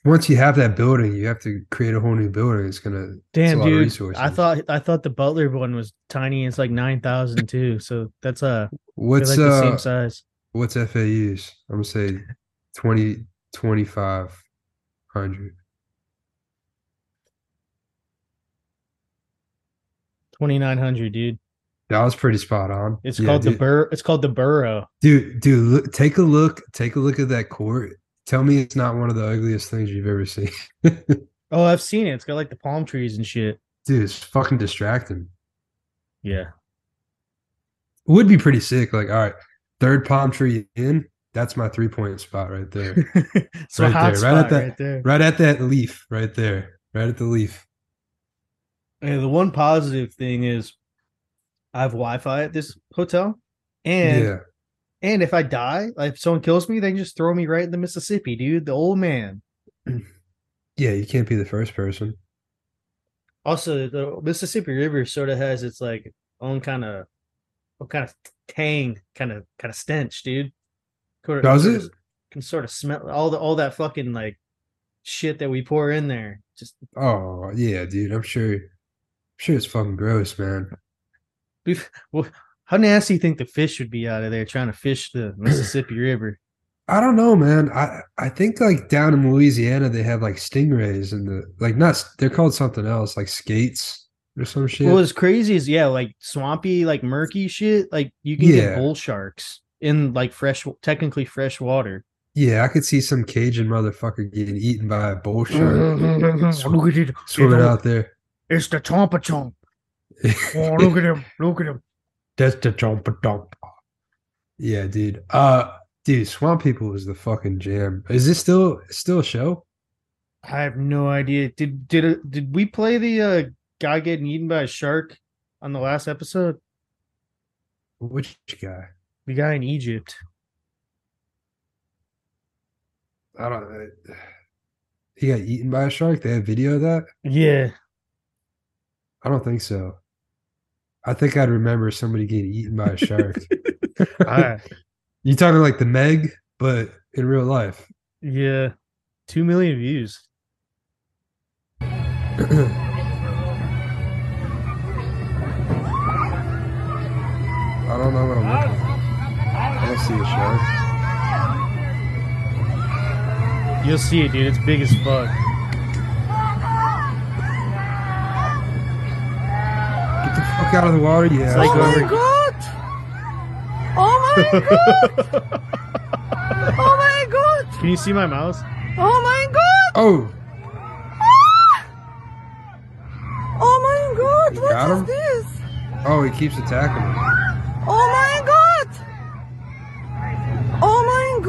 Speaker 3: once you have that building, you have to create a whole new building. It's going to
Speaker 2: Damn,
Speaker 3: a lot of
Speaker 2: dude. I
Speaker 3: resources.
Speaker 2: thought I thought the Butler one was tiny. It's like nine thousand too. So that's uh they're
Speaker 3: What's
Speaker 2: like the
Speaker 3: uh
Speaker 2: same size.
Speaker 3: what's FAU's? I'm going to say 20 2500.
Speaker 2: Twenty nine hundred, dude.
Speaker 3: That was pretty spot on.
Speaker 2: It's
Speaker 3: Yeah,
Speaker 2: called the
Speaker 3: dude.
Speaker 2: bur. It's called the burrow.
Speaker 3: dude. Dude, look, take a look. Take a look at that court. Tell me it's not one of the ugliest things you've ever seen, dude.
Speaker 2: Oh, I've seen it. It's got like the palm trees and shit.
Speaker 3: It's fucking distracting.
Speaker 2: Yeah.
Speaker 3: It would be pretty sick. Like, all right, third palm tree in. That's my three point spot right there.
Speaker 2: it's
Speaker 3: Right
Speaker 2: a hot
Speaker 3: there, right at
Speaker 2: spot
Speaker 3: that-
Speaker 2: right there.
Speaker 3: right at that leaf, right there. Right at the leaf.
Speaker 2: Yeah, the one positive thing is I have Wi Fi at this hotel. And
Speaker 3: yeah,
Speaker 2: and if I die, like if someone kills me, they can just throw me right in the Mississippi, dude. The old man.
Speaker 3: Yeah, you can't be the first person.
Speaker 2: Also, the Mississippi River sort of has its like own kind of, what kind of tang, kind of kind of stench, dude. Sort of-
Speaker 3: Does
Speaker 2: sort
Speaker 3: it?
Speaker 2: of- Can sort of smell all the all that fucking like shit that we pour in there. Just
Speaker 3: Oh yeah, dude. I'm sure. I'm sure it's fucking gross, man.
Speaker 2: how nasty you think the fish would be out of there trying to fish the Mississippi River?
Speaker 3: I don't know, man. I I think like down in Louisiana they have like stingrays and the like not they're called something else like skates or some shit.
Speaker 2: What was crazy is yeah, like swampy, like murky shit. Like you can get
Speaker 3: Yeah.
Speaker 2: bull sharks in like fresh, technically fresh water.
Speaker 3: yeah, I could see some Cajun motherfucker getting eaten by a bull shark
Speaker 2: Mm-hmm, look at it.
Speaker 3: swimming out there.
Speaker 2: It's the chompa chomp. Oh, look at him. Look at him.
Speaker 3: That's the chompa dump. Yeah, dude. Uh, dude, Swamp People was the fucking jam. Is this still still a show?
Speaker 2: I have no idea. Did did did we play the uh, guy getting eaten by a shark on the last episode?
Speaker 3: Which guy?
Speaker 2: The guy in Egypt.
Speaker 3: I don't. He got eaten by a shark. They have video of that.
Speaker 2: Yeah.
Speaker 3: I don't think so. I think I'd remember somebody getting eaten by a shark.
Speaker 2: I,
Speaker 3: You're talking like the Meg, but in real life.
Speaker 2: yeah. Two million views.
Speaker 3: I don't know what I'm looking for. I don't see a shark.
Speaker 2: You'll see it, dude. It's big as fuck.
Speaker 3: Get the fuck out of the water, you
Speaker 2: like-
Speaker 3: asshole.
Speaker 2: my
Speaker 8: Oh god! Oh my Oh my god!
Speaker 2: Can you see my mouse?
Speaker 8: Oh my god!
Speaker 3: oh,
Speaker 8: Oh my god!
Speaker 3: You
Speaker 8: What
Speaker 3: got
Speaker 8: is
Speaker 3: him?
Speaker 8: this?
Speaker 3: oh, he keeps attacking him.
Speaker 8: Oh my god! Oh my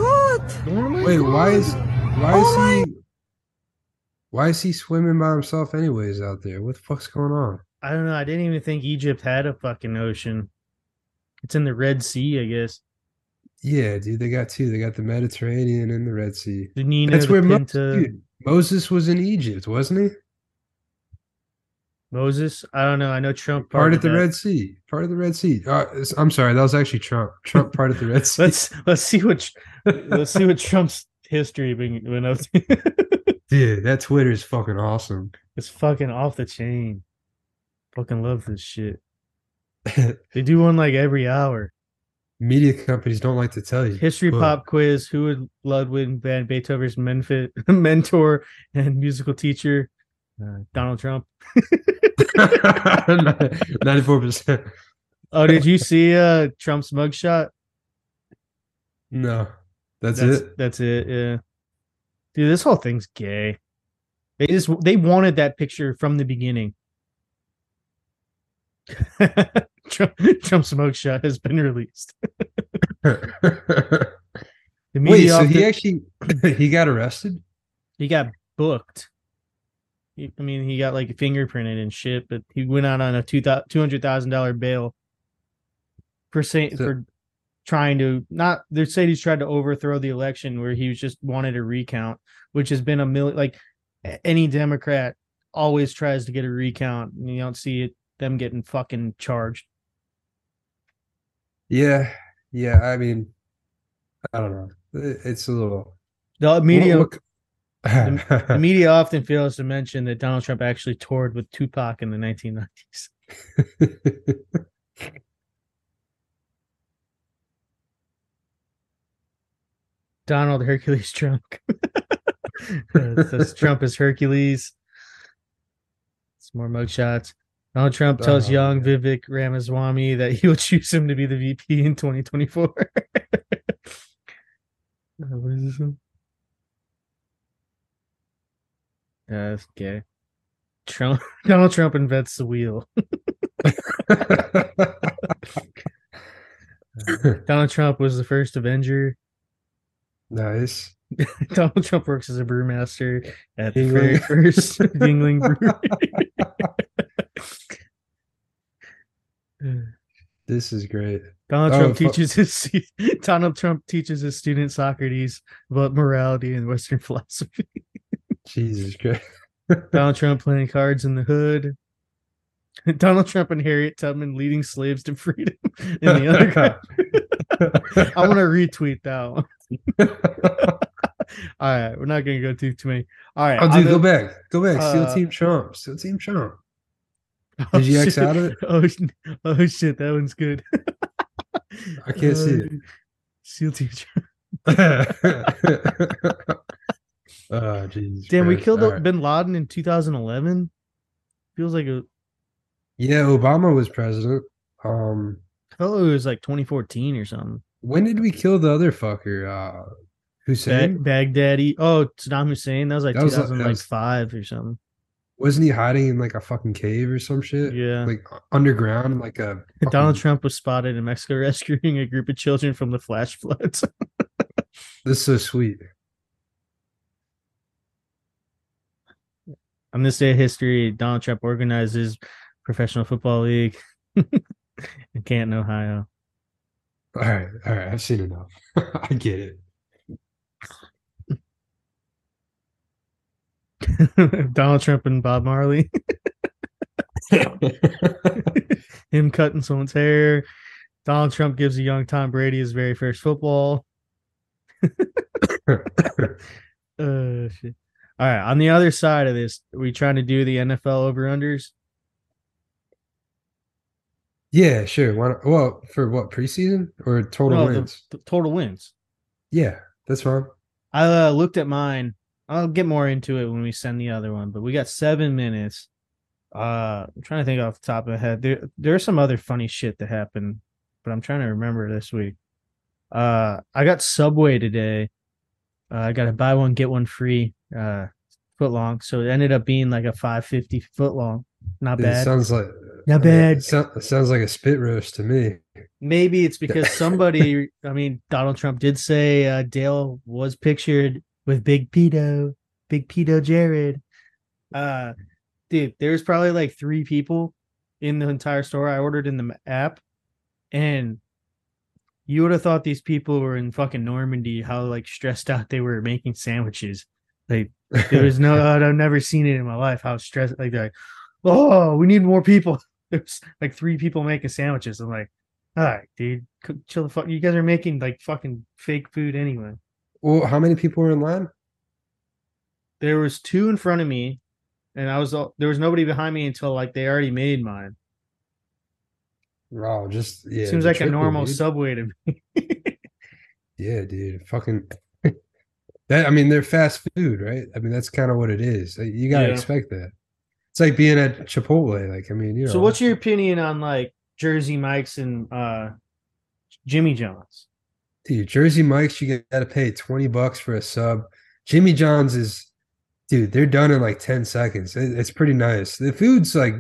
Speaker 8: god!
Speaker 3: Wait, why is why
Speaker 8: Oh my-
Speaker 3: is he why is he swimming by himself anyways out there? What the fuck's going on?
Speaker 2: I don't know. I didn't even think Egypt had a fucking ocean. It's in the Red Sea, I guess.
Speaker 3: Yeah, dude, they got two. They got the Mediterranean and the Red Sea.
Speaker 2: The Nina,
Speaker 3: That's
Speaker 2: the
Speaker 3: where Mo-
Speaker 2: Pinta,
Speaker 3: dude, Moses was in Egypt, wasn't he?
Speaker 2: Moses. I don't know. I know Trump
Speaker 3: Part of
Speaker 2: parted
Speaker 3: the
Speaker 2: that.
Speaker 3: Red Sea. Part of the Red Sea. Uh, it's- I'm sorry, that was actually Trump. Trump part of the Red Sea.
Speaker 2: Let's let's see what let's see what Trump's history been went up to.
Speaker 3: Dude, that Twitter is fucking awesome.
Speaker 2: it's fucking off the chain. Fucking love this shit. They do one like every hour.
Speaker 3: Media companies don't like to tell you.
Speaker 2: History
Speaker 3: but-
Speaker 2: pop quiz. Who would Ludwig van Beethoven's menfi- mentor and musical teacher? Uh, Donald Trump.
Speaker 3: 94%.
Speaker 2: Oh, did you see uh Trump's mugshot?
Speaker 3: No, that's, it.
Speaker 2: That's it. Yeah, dude, this whole thing's gay. They just they wanted that picture from the beginning. Trump, Trump's mugshot has been released. The
Speaker 3: Wait,
Speaker 2: media
Speaker 3: so
Speaker 2: often-
Speaker 3: he actually he got arrested?
Speaker 2: he got booked. He, I mean, he got like fingerprinted and shit, but he went out on a two hundred thousand dollar bail for saying
Speaker 3: So-
Speaker 2: for trying to not. They said he's tried to overthrow the election where he was just wanted a recount, which has been a million. Like a- any Democrat always tries to get a recount, and you don't see it them getting fucking charged.
Speaker 3: Yeah, yeah. I mean, I don't know. It- It's a little
Speaker 2: The media,
Speaker 3: What- what-
Speaker 2: the media often fails to mention that Donald Trump actually toured with Tupac in the nineteen nineties. Donald Hercules Trump. It says Trump is Hercules. It's more mugshots. Donald Trump tells
Speaker 3: Oh,
Speaker 2: young Vivek Ramaswamy that he will choose him to be the VP in 2024. Uh, what is this one? Yeah, that's gay. Trump Donald Trump invents the wheel. Donald Trump was the first Avenger.
Speaker 3: nice.
Speaker 2: Donald Trump works as a brewmaster at the very
Speaker 3: Yingling.
Speaker 2: first Yingling Brewery.
Speaker 3: This is great.
Speaker 2: Donald
Speaker 3: Oh,
Speaker 2: Trump
Speaker 3: fu-
Speaker 2: teaches his stu- Donald Trump teaches his student Socrates about morality and Western philosophy.
Speaker 3: Jesus Christ.
Speaker 2: Donald Trump playing cards in the hood. Donald Trump and Harriet Tubman leading slaves to freedom in the underground. I want to retweet that one. All right, we're not going to go too too many. All right,
Speaker 3: Oh,
Speaker 2: I'll
Speaker 3: dude, go back. Go back.
Speaker 2: uh,
Speaker 3: Steal Team Trump. Steal Team Trump. Did you X
Speaker 2: shit.
Speaker 3: out of it?
Speaker 2: Oh, sh- oh shit, that one's good.
Speaker 3: I
Speaker 2: uh,
Speaker 3: can't see it.
Speaker 2: Seal teacher.
Speaker 3: oh, Jesus.
Speaker 2: Damn, we
Speaker 3: Christ.
Speaker 2: killed
Speaker 3: All right.
Speaker 2: Bin Laden in 2011. Feels like a
Speaker 3: Yeah, Obama was president. Um,
Speaker 2: I thought oh, it was like 2014 or something.
Speaker 3: when did we kill the other fucker? Uh, Hussein?
Speaker 2: Bag- Baghdadi. Oh, Saddam Hussein. That was like
Speaker 3: That was like- that was-
Speaker 2: 2005 or something.
Speaker 3: Wasn't he hiding in like a fucking cave or some shit?
Speaker 2: Yeah.
Speaker 3: Like underground, like a
Speaker 2: Donald
Speaker 3: fucking-
Speaker 2: Trump was spotted in Mexico rescuing a group of children from the flash floods.
Speaker 3: This is so sweet.
Speaker 2: On this day of history, Donald Trump organizes professional football league in Canton, Ohio.
Speaker 3: All right, all right, I've seen enough. I get it.
Speaker 2: Donald Trump and Bob Marley. Him cutting someone's hair. Donald Trump gives a young Tom Brady his very first football. Uh, shit. All right. On the other side of this, are we trying to do the NFL over unders?
Speaker 3: yeah, sure. Why not? Well, for what preseason or total
Speaker 2: No, the-
Speaker 3: wins?
Speaker 2: the total wins.
Speaker 3: Yeah, that's fine.
Speaker 2: I uh, looked at mine. I'll get more into it when we send the other one, but we got seven minutes. Uh, I'm trying to think off the top of my head. There, there's some other funny shit that happened, but I'm trying to remember this week. Uh, I got Subway today. Uh, I got to buy one get one free. Uh, foot long, so it ended up being like a 550 foot long. Not
Speaker 3: Dude, It
Speaker 2: bad.
Speaker 3: sounds like
Speaker 2: Not
Speaker 3: I mean,
Speaker 2: bad.
Speaker 3: It, sou- it sounds like a spit roast to me.
Speaker 2: Maybe it's because somebody, I mean, Donald Trump did say uh, Dale was pictured with Big Pedo, Big Pedo Jared. Uh, dude, there's probably like three people in the entire store. I ordered in the m- app, and you would have thought these people were in fucking Normandy, how like stressed out they were making sandwiches. Like, there was no, uh, I've never seen it in my life how stressed, like, they're like, oh, we need more people. There's like three people making sandwiches. I'm like, all right, dude, cook, chill the fuck. You guys are making like fucking fake food anyway.
Speaker 3: well, how many people were in line?
Speaker 2: There was two in front of me, and I was all- there was nobody behind me until like they already made mine.
Speaker 3: Wow, just yeah.
Speaker 2: Seems
Speaker 3: the
Speaker 2: like a
Speaker 3: trickle,
Speaker 2: normal
Speaker 3: dude.
Speaker 2: subway to me.
Speaker 3: Yeah, dude. Fucking that I mean they're fast food, right? I mean that's kind of what it is. Like, You gotta
Speaker 2: Yeah.
Speaker 3: expect that. It's like being at Chipotle. Like, I mean, you know.
Speaker 2: so, what's your opinion on like Jersey Mike's and uh Jimmy John's?
Speaker 3: dude, Jersey Mike's, you gotta pay 20 bucks for a sub. Jimmy John's is dude, they're done in like 10 seconds. It- it's pretty nice. The food's like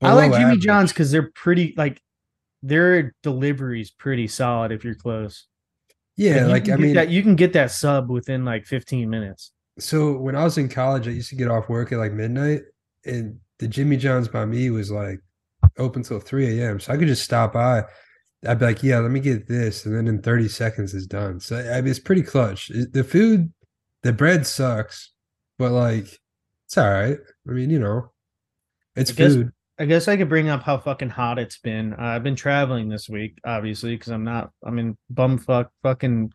Speaker 2: I like
Speaker 3: below
Speaker 2: Jimmy
Speaker 3: average.
Speaker 2: John's because they're pretty like their delivery's pretty solid if you're close.
Speaker 3: Yeah,
Speaker 2: you
Speaker 3: like
Speaker 2: can
Speaker 3: I
Speaker 2: get
Speaker 3: mean
Speaker 2: that, you can get that sub within like 15 minutes.
Speaker 3: so when I was in college, I used to get off work at like midnight, and the Jimmy John's by me was like open till 3 a.m. So I could just stop by. I'd be like, yeah, let me get this. And then in 30 seconds, it's done. So I mean, it's pretty clutch. It- The food, the bread sucks, but like, it's all right. I mean, you know, it's
Speaker 2: I guess-
Speaker 3: food.
Speaker 2: I guess I could bring up how fucking hot it's been. Uh, I've been traveling this week, obviously, because I'm not. I'm in bumfuck fucking.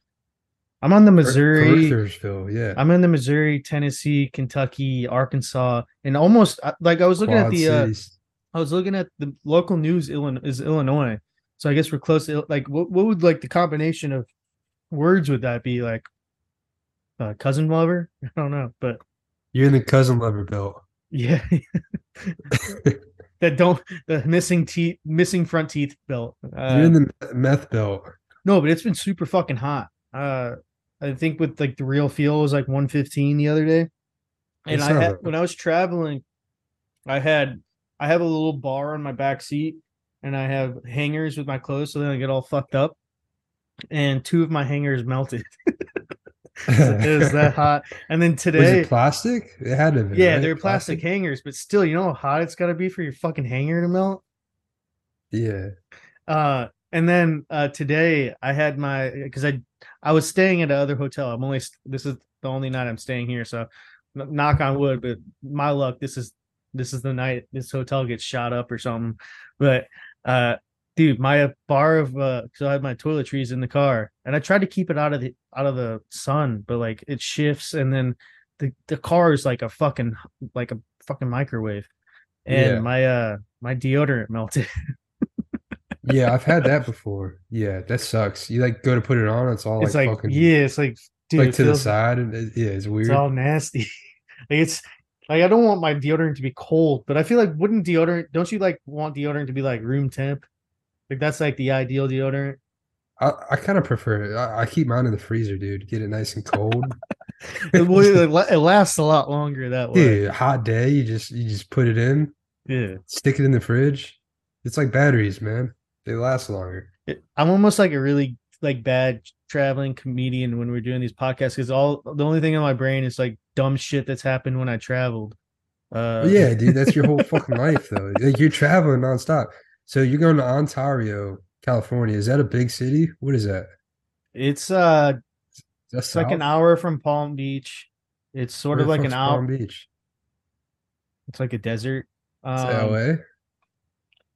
Speaker 2: I'm on the
Speaker 3: Th-
Speaker 2: Missouri.
Speaker 3: Thurstville, yeah.
Speaker 2: I'm in the Missouri, Tennessee, Kentucky, Arkansas, and almost uh, like I was looking at
Speaker 3: Quad
Speaker 2: the. Uh,
Speaker 3: cities.
Speaker 2: I was looking at the local news. Illinois is Illinois, so I guess we're close. To, Il- like, what what would like the combination of words would that be like? Uh, cousin lover? I don't know, but
Speaker 3: You're in the cousin lover belt.
Speaker 2: yeah, that don't the missing teeth, missing front teeth belt. Uh,
Speaker 3: You're in the meth belt.
Speaker 2: No, but it's been super fucking hot. Uh, I think with like the real feel was like 115 the other day. And
Speaker 3: It's
Speaker 2: I
Speaker 3: not
Speaker 2: had
Speaker 3: that
Speaker 2: when I was traveling, I had I have a little bar on my back seat and I have hangers with my clothes so they don't get all fucked up. And two of my hangers melted. it was that hot. And then
Speaker 3: Was
Speaker 2: today,
Speaker 3: it plastic? It had to be.
Speaker 2: yeah,
Speaker 3: right?
Speaker 2: they're plastic, hangers, but still, you know how hot it's got to be for your fucking hanger to melt.
Speaker 3: Yeah.
Speaker 2: uh and then uh today i had my because i i was staying at another hotel i'm only this is the only night i'm staying here so kn- knock on wood, but my luck, this is this is the night this hotel gets shot up or something. But uh dude, my bar of uh so I had my toiletries in the car and I tried to keep it out of the out of the sun, but like it shifts and then the, the car is like a fucking like a fucking microwave. And
Speaker 3: Yeah.
Speaker 2: my uh my deodorant melted.
Speaker 3: yeah, I've had that before. Yeah, that sucks. You like go to put it on, it's all
Speaker 2: it's like,
Speaker 3: fucking
Speaker 2: yeah, it's like dude,
Speaker 3: like
Speaker 2: it
Speaker 3: to the
Speaker 2: feels-
Speaker 3: side, and it- yeah, it's weird.
Speaker 2: It's all nasty. like it's like I don't want my deodorant to be cold, but I feel like wouldn't deodorant don't you like want deodorant to be like room temp? Like that's like the ideal deodorant.
Speaker 3: I, I kind of prefer it. I, I keep mine in the freezer, dude. Get it nice and cold.
Speaker 2: It, will- it la- it lasts a lot longer that way.
Speaker 3: yeah, hot day. You just you just put it in,
Speaker 2: Yeah.
Speaker 3: stick it in the fridge. It's like batteries, man. They last longer.
Speaker 2: It- I'm almost like a really like bad traveling comedian when we're doing these podcasts because all the only thing in my brain is like dumb shit that's happened when I traveled. Uh
Speaker 3: But yeah, dude, that's your whole fucking life, though. Like you're traveling nonstop. So you're going to Ontario, California. Is that a big city? What is that?
Speaker 2: it's uh
Speaker 3: That's
Speaker 2: it's like an hour from Palm Beach. It's sort of like an hour.
Speaker 3: Palm Beach.
Speaker 2: It's like a desert.
Speaker 3: It's
Speaker 2: Um,
Speaker 3: LA.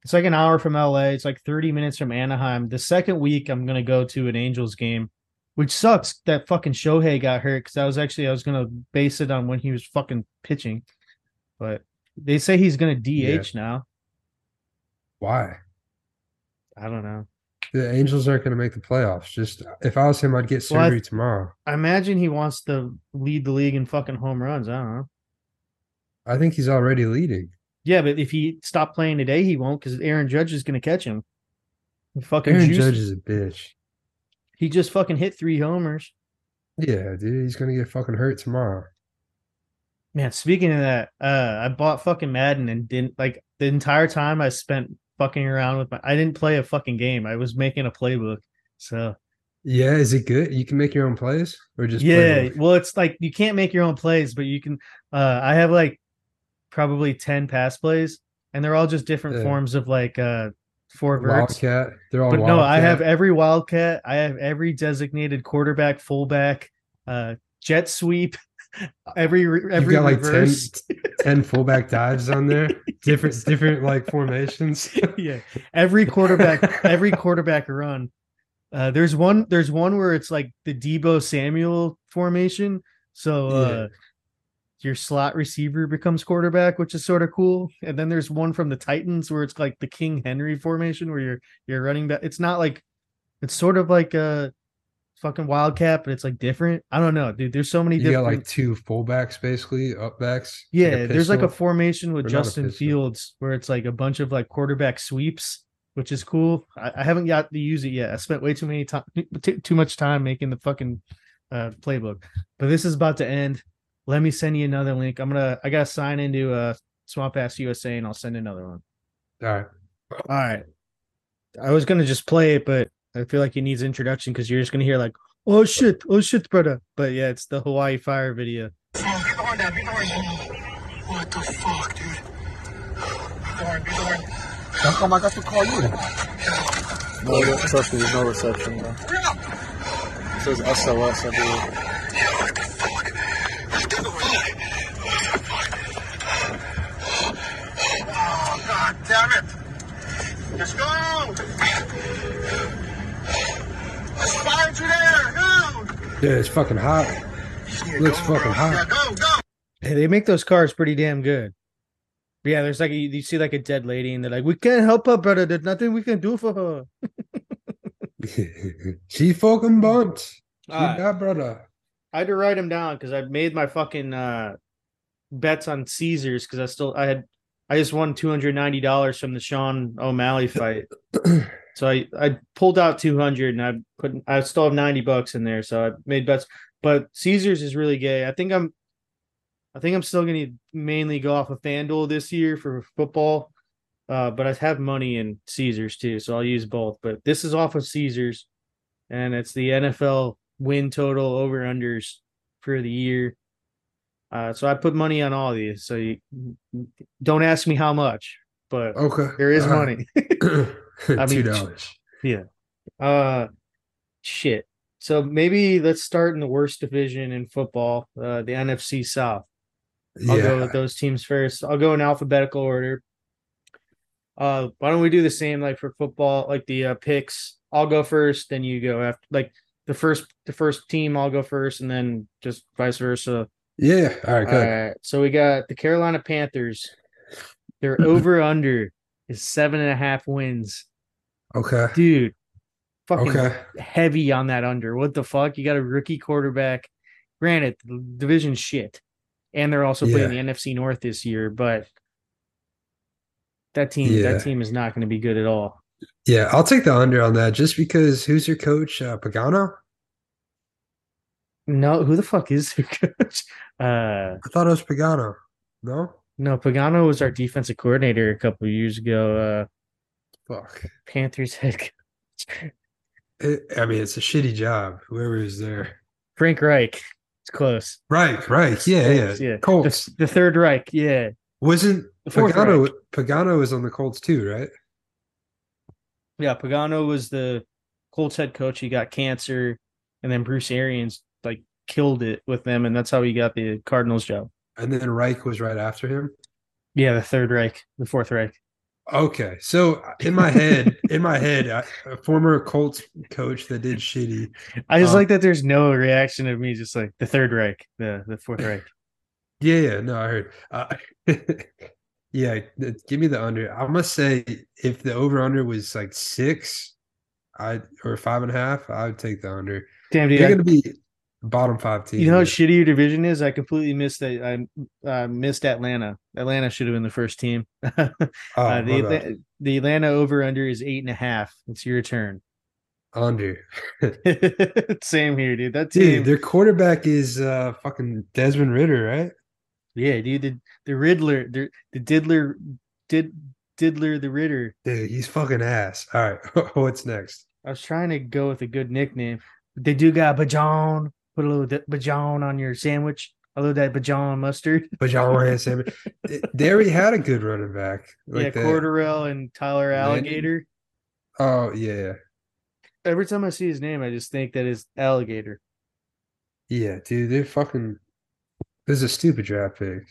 Speaker 2: It's like an hour from LA. It's like 30 minutes from Anaheim. The second week, I'm gonna go to an Angels game, which sucks that fucking Shohei got hurt because I was actually I was gonna base it on when he was fucking pitching, but they say he's gonna DH now.
Speaker 3: Why?
Speaker 2: I don't know.
Speaker 3: The Angels aren't going to make the playoffs. Just if I was him, I'd get
Speaker 2: Well, I-
Speaker 3: surgery tomorrow.
Speaker 2: I imagine he wants to lead the league in fucking home runs. I don't know.
Speaker 3: I think he's already leading.
Speaker 2: Yeah, but if he stopped playing today, he won't because Aaron Judge is gonna catch him. The fucking
Speaker 3: Aaron
Speaker 2: juice-
Speaker 3: Judge is a bitch.
Speaker 2: He just fucking hit three homers.
Speaker 3: Yeah, dude, he's gonna get fucking hurt tomorrow.
Speaker 2: Man, speaking of that, uh, I bought fucking Madden and didn't like the entire time I spent fucking around with my. I didn't play a fucking game. I was making a playbook. So
Speaker 3: Yeah, is it good? You can make your own plays or just
Speaker 2: yeah,
Speaker 3: play with-
Speaker 2: well, it's like you can't make your own plays, but you can. Uh, I have like probably ten pass plays, and they're all just different
Speaker 3: Yeah.
Speaker 2: forms of like uh four verts.
Speaker 3: Wildcat. They're all
Speaker 2: But no, I have e-,
Speaker 3: Wildcat.
Speaker 2: every Wildcat. I have every designated quarterback, fullback, uh, jet sweep. Every re- every
Speaker 3: got, like, 10
Speaker 2: reverse.
Speaker 3: ten fullback dives on there. Different different like formations.
Speaker 2: yeah every quarterback every quarterback run uh there's one there's one where it's like the debo samuel formation so
Speaker 3: Yeah.
Speaker 2: uh your slot receiver becomes quarterback which is sort of cool and then there's one from the titans where it's like the king henry formation where you're you're running back it's not like it's sort of like a fucking wildcat but it's like different i don't know dude there's so many
Speaker 3: You got
Speaker 2: different
Speaker 3: like two fullbacks basically, upbacks.
Speaker 2: yeah, there's like a
Speaker 3: pistol.
Speaker 2: formation with
Speaker 3: Or not a
Speaker 2: Justin
Speaker 3: pistol.
Speaker 2: Fields where it's like a bunch of like quarterback sweeps, which is cool. I, I haven't got to use it yet. I spent way too many time, too, too much time making the fucking uh, playbook. But this is about to end. Let me send you another link. I'm gonna I gotta sign into uh, Swamp Ass USA and I'll send another one.
Speaker 3: all right.
Speaker 2: All right. I was gonna just play it, but I feel like it needs introduction because you're just gonna hear like, oh shit, oh shit, brother. But yeah, it's the Hawaii Fire video.
Speaker 5: What the fuck, dude? Darn, darn. How come I got to call you? No, no reception. There's no reception. Man. It says SOS everywhere.
Speaker 9: God damn it! Let's go! Let's find you there! Go!
Speaker 3: Yeah, it's fucking hot. Looks fucking
Speaker 9: Yeah,
Speaker 3: hot.
Speaker 9: go, go!
Speaker 2: Hey, they make those cars pretty damn good. But yeah, there's like a, you see like a dead lady, and they're like, "We can't help her, brother. There's nothing we can do for her."
Speaker 3: she fucking bumped. She
Speaker 2: Alright.
Speaker 3: got brother.
Speaker 2: I had to write them down because I made my fucking uh, bets on Caesars because I still I had I just won two hundred ninety dollars from the Sean O'Malley fight, so I I pulled out two hundred and I put I still have ninety bucks in there, so I made bets. But Caesars is really gay. I think I'm I think I'm still gonna mainly go off of FanDuel this year for football. Uh, but I have money in Caesars too, so I'll use both. But this is off of Caesars, and it's the NFL win total over unders for the year. Uh, so I put money on all these. So you don't ask me how much, but
Speaker 3: Okay.
Speaker 2: there is
Speaker 3: all right.
Speaker 2: money. mean,
Speaker 3: Two dollars.
Speaker 2: Uh, shit. So maybe let's start in the worst division in football, uh, the NFC South. I'll
Speaker 3: Yeah.
Speaker 2: go with those teams first. I'll go in alphabetical order. Uh, why don't we do the same like for football, like the uh, picks? I'll go first, then you go after. Like the first, the first team, I'll go first, and then just vice versa.
Speaker 3: Yeah. All right.
Speaker 2: All
Speaker 3: Go ahead.
Speaker 2: right. So we got the Carolina Panthers. Their over under is seven and a half wins,
Speaker 3: Okay.
Speaker 2: dude. Fucking
Speaker 3: Okay.
Speaker 2: heavy on that under. What the fuck? You got a rookie quarterback. Granted, the division shit, and they're also playing the NFC North this year, but that team,
Speaker 3: Yeah.
Speaker 2: that team is not going to be good at all.
Speaker 3: Yeah, I'll take the under on that just because who's your coach? Uh, Pagano?
Speaker 2: No, who the fuck is their coach? Uh,
Speaker 3: I thought it was Pagano. No?
Speaker 2: no, Pagano was our defensive coordinator a couple of years ago. Uh,
Speaker 3: Fuck.
Speaker 2: Panthers head coach
Speaker 3: It, I mean, it's a shitty job, whoever is there.
Speaker 2: Frank Reich. It's close.
Speaker 3: Right, right. Yeah, yeah.
Speaker 2: yeah.
Speaker 3: Colts.
Speaker 2: The, the Third Reich. Yeah,
Speaker 3: Wasn't
Speaker 2: the Fourth
Speaker 3: Pagano,
Speaker 2: Reich.
Speaker 3: Pagano was on the Colts too, right?
Speaker 2: Yeah, Pagano was the Colts head coach. He got cancer, and then Bruce Arians like killed it with them, and that's how he got the Cardinals job.
Speaker 3: And then Reich was right after him.
Speaker 2: Yeah, the Third Reich, the Fourth Reich.
Speaker 3: Okay. So uh, in my head, in my head, I, a former Colts coach that did shitty.
Speaker 2: I just
Speaker 3: Um,
Speaker 2: like that. There's no reaction of me, just like the Third Reich, the the Fourth Reich.
Speaker 3: Yeah, yeah, no, I heard. Uh, yeah, th- give me the under. I must say, if the over under was like six, I or five and a half, I would take the under.
Speaker 2: Damn, dude.
Speaker 3: They're
Speaker 2: I-
Speaker 3: gonna be bottom five team.
Speaker 2: you know how
Speaker 3: yeah.
Speaker 2: shitty your division is. I completely missed that. I uh, missed Atlanta. Atlanta should have been the first team. uh,
Speaker 3: Oh, my
Speaker 2: the
Speaker 3: bad.
Speaker 2: Atla- the Atlanta over under is eight and a half. It's your turn.
Speaker 3: under,
Speaker 2: Same here, dude. That team.
Speaker 3: dude. Their quarterback is uh fucking Desmond Ritter, right?
Speaker 2: Yeah, dude, the, the Riddler, the, the Diddler, did Diddler the Ritter.
Speaker 3: Dude, he's fucking ass. All right, what's next?
Speaker 2: I was trying to go with a good nickname. They do got Bajon. Put a little di- Bajon on your sandwich. A little that Bajon mustard.
Speaker 3: But y'all want to say they- they already had a good running back. Like
Speaker 2: yeah,
Speaker 3: that.
Speaker 2: Corderell and Tyler
Speaker 3: Landon?
Speaker 2: Alligator.
Speaker 3: Oh yeah,
Speaker 2: Every time I see his name, I just think that is Alligator.
Speaker 3: yeah, dude. They're fucking. This is a stupid draft pick.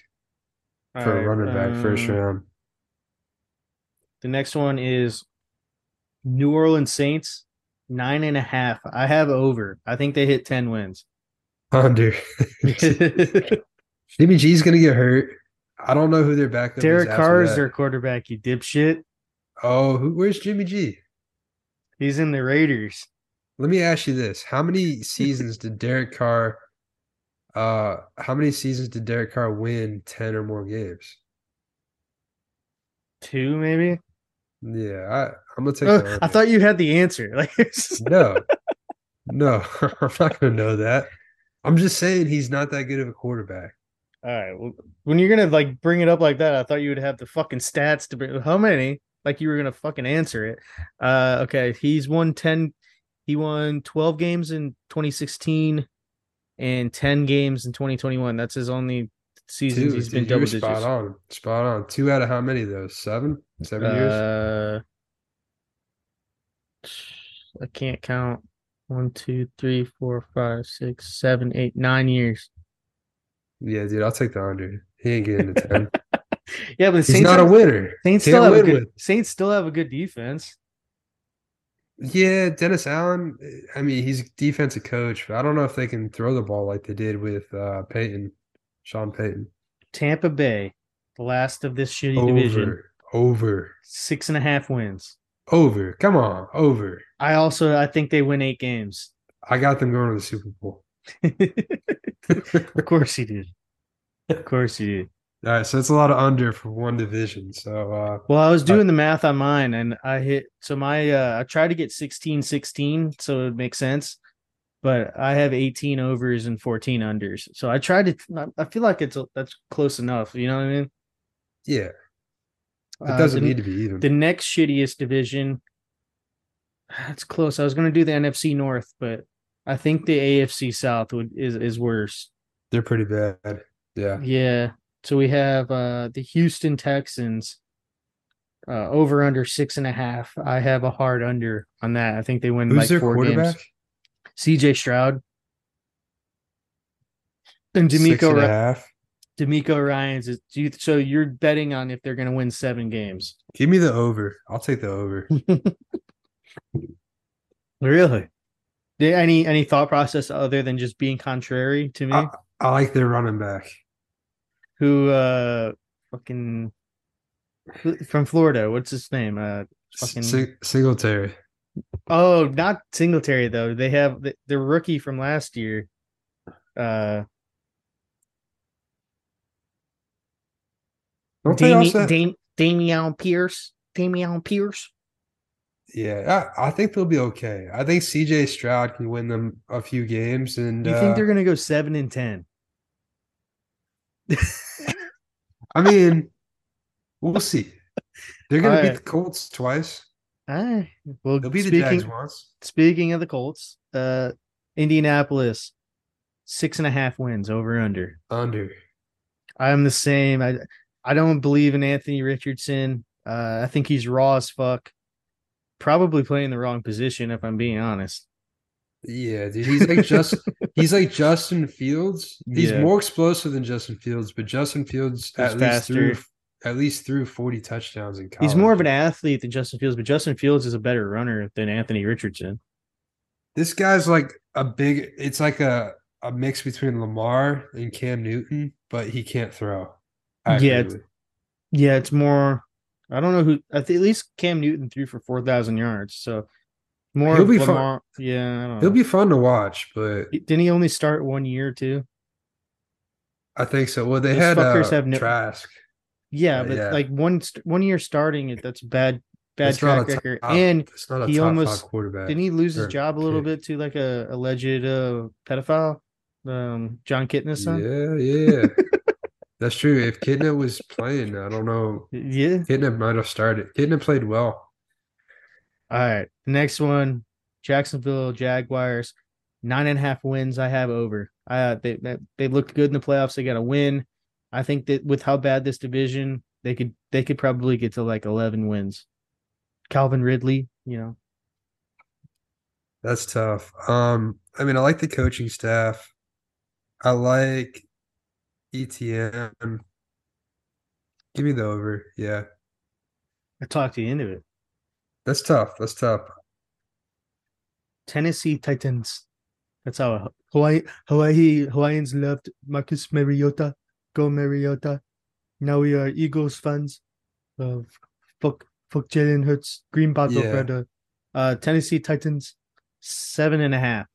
Speaker 2: All
Speaker 3: for a
Speaker 2: right,
Speaker 3: running back first
Speaker 2: um,
Speaker 3: round.
Speaker 2: The next one is New Orleans Saints, nine and a half. I have over. I think they hit 10 wins.
Speaker 3: Under. Jimmy G's gonna get hurt. I don't know who their backup is.
Speaker 2: Derek
Speaker 3: after
Speaker 2: Carr is
Speaker 3: that.
Speaker 2: their quarterback, you dipshit.
Speaker 3: Oh, who, where's Jimmy G?
Speaker 2: He's in the Raiders.
Speaker 3: Let me ask you this: How many seasons did Derek Carr? Uh, how many seasons did Derek Carr win ten or more games?
Speaker 2: Two, maybe.
Speaker 3: Yeah, I, I'm gonna take.
Speaker 2: Oh,
Speaker 3: the
Speaker 2: I
Speaker 3: under.
Speaker 2: thought you had the answer. Like, it's just-
Speaker 3: no, no, I'm not gonna know that. I'm just saying he's not that good of a quarterback.
Speaker 2: all right. Well, when you're gonna like bring it up like that, I thought you would have the fucking stats to bring. How many? Like you were gonna fucking answer it. Uh, okay. He's won ten. He won twelve games in 2016, and ten games in 2021. That's his only seasons
Speaker 3: Dude,
Speaker 2: he's
Speaker 3: dude,
Speaker 2: been
Speaker 3: you
Speaker 2: double
Speaker 3: were
Speaker 2: digits.
Speaker 3: Spot on, spot on. Two out of how many though? Seven, seven years.
Speaker 2: Uh, I can't count. One, two, three, four, five, six, seven, eight, nine years.
Speaker 3: Yeah, dude, I'll take the under. He ain't getting to ten.
Speaker 2: Yeah, but the
Speaker 3: He's
Speaker 2: Saints,
Speaker 3: not a
Speaker 2: have,
Speaker 3: winner.
Speaker 2: Saints
Speaker 3: Can't
Speaker 2: still have a
Speaker 3: win
Speaker 2: good Saints still have a good defense.
Speaker 3: with. Yeah, Dennis Allen. eh, I mean, he's a defensive coach, but I don't know if they can throw the ball like they did with uh Peyton, Sean Payton.
Speaker 2: Tampa Bay, the last of this shitty division,
Speaker 3: Over, over,
Speaker 2: six and a half wins.
Speaker 3: over. Come on, over.
Speaker 2: I also I think they win eight games.
Speaker 3: I got them going to the Super Bowl.
Speaker 2: of course he did. Of course he did.
Speaker 3: All right, so that's a lot of under for one division. So uh
Speaker 2: Well, I was
Speaker 3: But-
Speaker 2: doing the math on mine and I hit so my uh I tried to get 16 16 so it would make sense. But I have 18 overs and 14 unders. So I tried to I feel like it's a, that's close enough, you know what I mean?
Speaker 3: yeah, it
Speaker 2: Uh,
Speaker 3: doesn't
Speaker 2: the-
Speaker 3: need to be even.
Speaker 2: The next shittiest division. That's close. I was gonna do the NFC North, but I think the AFC South would is is worse.
Speaker 3: They're pretty bad. Yeah.
Speaker 2: Yeah. So we have uh the Houston Texans uh over under six and a half. I have a hard under on that. I think they win
Speaker 3: Who's
Speaker 2: like
Speaker 3: their
Speaker 2: four
Speaker 3: quarterback?
Speaker 2: games. CJ Stroud. And
Speaker 3: Six
Speaker 2: D'Amico
Speaker 3: and a
Speaker 2: Ry-
Speaker 3: half.
Speaker 2: D'Amico Ryan's is do you, so you're betting on if they're going to win seven games.
Speaker 3: Give me the over. I'll take the over.
Speaker 2: Hmm. Really? Did any any thought process other than just being contrary to me?
Speaker 3: I, I like their running back.
Speaker 2: who uh fucking who- from Florida? What's his name? Uh, fucking
Speaker 3: Sing- Singletary.
Speaker 2: oh, not Singletary though. They have the, the rookie from last year. Uh,
Speaker 3: Don't they
Speaker 2: Dami-
Speaker 3: also-
Speaker 2: Dam- Damian Pierce. Damian Pierce.
Speaker 3: Yeah, I, I think they'll be okay. I think CJ Stroud can win them a few games, and
Speaker 2: You
Speaker 3: uh,
Speaker 2: think they're gonna go seven and ten?
Speaker 3: I mean, we'll see. They're gonna
Speaker 2: All
Speaker 3: beat
Speaker 2: right.
Speaker 3: the Colts twice.
Speaker 2: Ah, well,
Speaker 3: They'll beat the Jags
Speaker 2: speaking
Speaker 3: once.
Speaker 2: speaking of the Colts, uh, Indianapolis six and a half wins over under.
Speaker 3: Under.
Speaker 2: I'm the same. I I don't believe in Anthony Richardson. Uh, I think he's raw as fuck. Probably playing the wrong position, if I'm being honest.
Speaker 3: Yeah, dude. He's like just he's like Justin Fields. He's
Speaker 2: Yeah.
Speaker 3: more explosive than Justin Fields, but Justin Fields at least
Speaker 2: faster.
Speaker 3: through at least through 40 touchdowns in college.
Speaker 2: He's more of an athlete than Justin Fields, but Justin Fields is a better runner than Anthony Richardson.
Speaker 3: this guy's like a big it's like a, a mix between Lamar and Cam Newton, but he can't throw.
Speaker 2: Yeah,
Speaker 3: agree with-
Speaker 2: Yeah, it's more. I don't know who. I think at least Cam Newton threw for four thousand yards, so more.
Speaker 3: He'll
Speaker 2: of
Speaker 3: be fun-
Speaker 2: Lamar- Yeah, I don't
Speaker 3: He'll
Speaker 2: know.
Speaker 3: be fun to watch, but
Speaker 2: Didn't he only start one year too?
Speaker 3: I think so. Well, they
Speaker 2: Those
Speaker 3: had uh,
Speaker 2: fuckers have no-
Speaker 3: Trask.
Speaker 2: Yeah,
Speaker 3: Uh,
Speaker 2: but
Speaker 3: yeah.
Speaker 2: like one st- one year starting it, that's bad bad
Speaker 3: It's not a
Speaker 2: track record.
Speaker 3: top-
Speaker 2: and
Speaker 3: Ah, it's not a
Speaker 2: he
Speaker 3: top
Speaker 2: almost-
Speaker 3: five quarterback.
Speaker 2: Didn't he lose his
Speaker 3: or
Speaker 2: job a little
Speaker 3: pick.
Speaker 2: bit to like a alleged uh, pedophile, um, John Kitna's son?
Speaker 3: Yeah, yeah. That's true. If Kidna was playing, I don't know.
Speaker 2: Yeah.
Speaker 3: Kidna might have started. Kidna played well.
Speaker 2: All right. Next one, Jacksonville Jaguars, nine and a half wins. I have over. Uh, they they- they looked good in the playoffs. They got a win. I think that with how bad this division, they could they could probably get to like eleven wins. Calvin Ridley, you know,
Speaker 3: That's tough. Um, I mean, I like the coaching staff. I like ETM. Give me the over. Yeah.
Speaker 2: I talked to the end of it.
Speaker 3: That's tough. That's tough.
Speaker 2: Tennessee Titans. That's how Hawaii Hawaii Hawaiians loved Marcus Mariota. Go Mariota. Now we are Eagles fans. Of fuck fuck Jalen Hurts. Green bottle
Speaker 3: Yeah.
Speaker 2: brother. Uh Tennessee Titans seven and a half.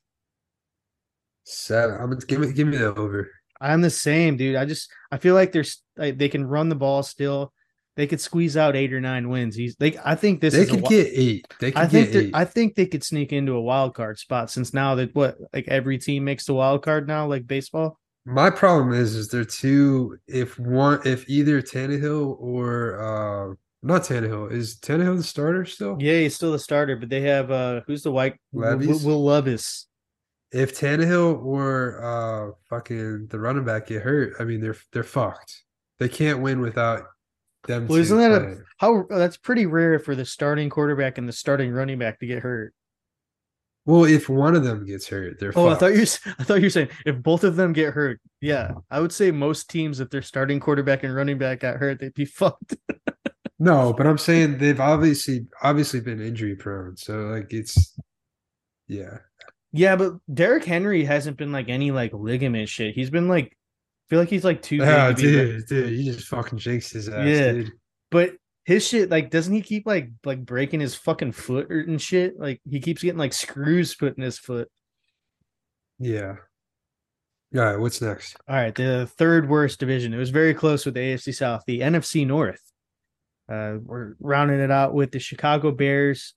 Speaker 3: Seven. I'm gonna give me give me the over.
Speaker 2: I'm the same, dude. I just I feel like there's like they can run the ball still. They could squeeze out eight or nine wins. He's they I think this
Speaker 3: They
Speaker 2: is a
Speaker 3: could
Speaker 2: wi-
Speaker 3: get eight. They
Speaker 2: I
Speaker 3: could
Speaker 2: think
Speaker 3: get
Speaker 2: they're-
Speaker 3: eight.
Speaker 2: I think they could sneak into a wild card spot since now that what like every team makes the wild card now, like baseball.
Speaker 3: My problem is, is they're two. If one, if either Tannehill or uh, not Tannehill is Tannehill the starter still?
Speaker 2: Yeah, he's still the starter, but they have uh who's the white Will,
Speaker 3: Levis?
Speaker 2: Will Levis.
Speaker 3: If Tannehill or uh, fucking the running back get hurt, I mean they're they're fucked. They can't win without them.
Speaker 2: Well,
Speaker 3: two
Speaker 2: isn't that a
Speaker 3: playing.
Speaker 2: how oh, that's pretty rare for the starting quarterback and the starting running back to get hurt.
Speaker 3: well? If one of them gets hurt, they're.
Speaker 2: Oh, I
Speaker 3: fucked.
Speaker 2: thought you s- I thought you were saying if both of them get hurt. Yeah, I would say most teams if their starting quarterback and running back got hurt, they'd be fucked.
Speaker 3: No, but I'm saying they've obviously obviously been injury prone. So like it's, yeah.
Speaker 2: Yeah, but Derrick Henry hasn't been like any like ligament shit. He's been like I feel like he's like too big
Speaker 3: Oh,
Speaker 2: to be re-
Speaker 3: dude, dude, you just fucking jinxed his ass,
Speaker 2: Yeah.
Speaker 3: dude.
Speaker 2: But his shit, like, doesn't he keep like like breaking his fucking foot or- and shit? Like he keeps getting like screws put in his foot.
Speaker 3: Yeah. All right, what's next?
Speaker 2: All right, the third worst division. It was very close with the AFC South, the NFC North. Uh, we're rounding it out with the Chicago Bears.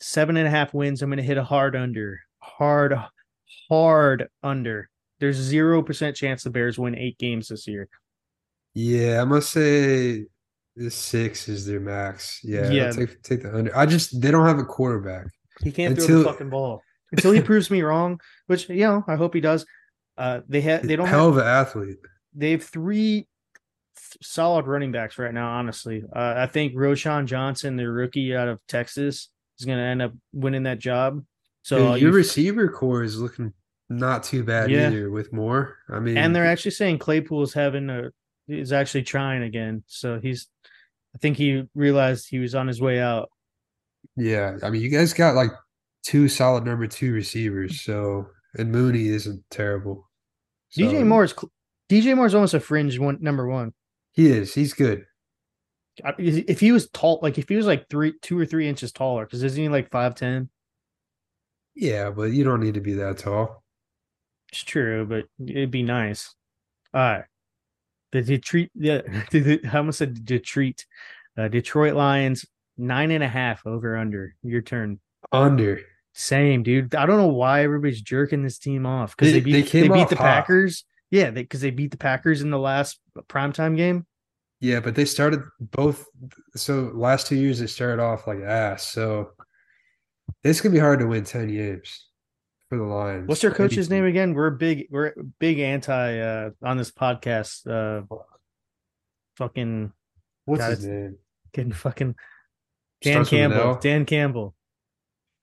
Speaker 2: Seven and a half wins. I'm going to hit a hard under, hard, hard under. There's zero percent chance the Bears win eight games this year.
Speaker 3: Yeah, I must say the six is their max. Yeah,
Speaker 2: Yeah.
Speaker 3: yeah. Take, take the under. I just they don't have a quarterback.
Speaker 2: He can't throw
Speaker 3: Until-
Speaker 2: the fucking ball until he proves me wrong, which you know I hope he does. Uh, they have they don't have
Speaker 3: hell of an athlete.
Speaker 2: they have three th- solid running backs right now. Honestly, uh, I think Roshan Johnson, the rookie out of Texas, is going to end up winning that job. So
Speaker 3: Dude,
Speaker 2: all
Speaker 3: your
Speaker 2: you-
Speaker 3: receiver core is looking not too bad
Speaker 2: Yeah.
Speaker 3: either with more. I mean,
Speaker 2: and they're actually saying Claypool's having a is actually trying again. So he's, I think he realized he was on his way out.
Speaker 3: yeah, I mean, you guys got like two solid number two receivers. So and Mooney isn't terrible. So,
Speaker 2: DJ Moore's cl- DJ Moore's almost a fringe one number one.
Speaker 3: he is. He's good.
Speaker 2: I- If he was tall, like if he was like three, two or three inches taller, because isn't he like five ten?
Speaker 3: Yeah, but you don't need to be that tall.
Speaker 2: It's true, but it'd be nice. All right. The Detroit, yeah, the, I almost said Detroit, uh, Detroit Lions nine and a half over under. Your turn.
Speaker 3: Under.
Speaker 2: Same, dude. I don't know why everybody's jerking this team off because
Speaker 3: They-
Speaker 2: they, beat
Speaker 3: they
Speaker 2: they,
Speaker 3: came
Speaker 2: beat
Speaker 3: off
Speaker 2: the
Speaker 3: hot.
Speaker 2: Packers. Yeah, because they beat the Packers in the last primetime game.
Speaker 3: Yeah, but they started both. So last two years they started off like ass. So it's gonna be hard to win ten games for the Lions.
Speaker 2: What's their
Speaker 3: Any
Speaker 2: coach's name
Speaker 3: team.
Speaker 2: again? We're big we're big anti uh on this podcast uh fucking
Speaker 3: What's
Speaker 2: God,
Speaker 3: his
Speaker 2: it's-
Speaker 3: name?
Speaker 2: getting fucking Dan
Speaker 3: Starts with an
Speaker 2: Campbell.
Speaker 3: L.
Speaker 2: Dan Campbell.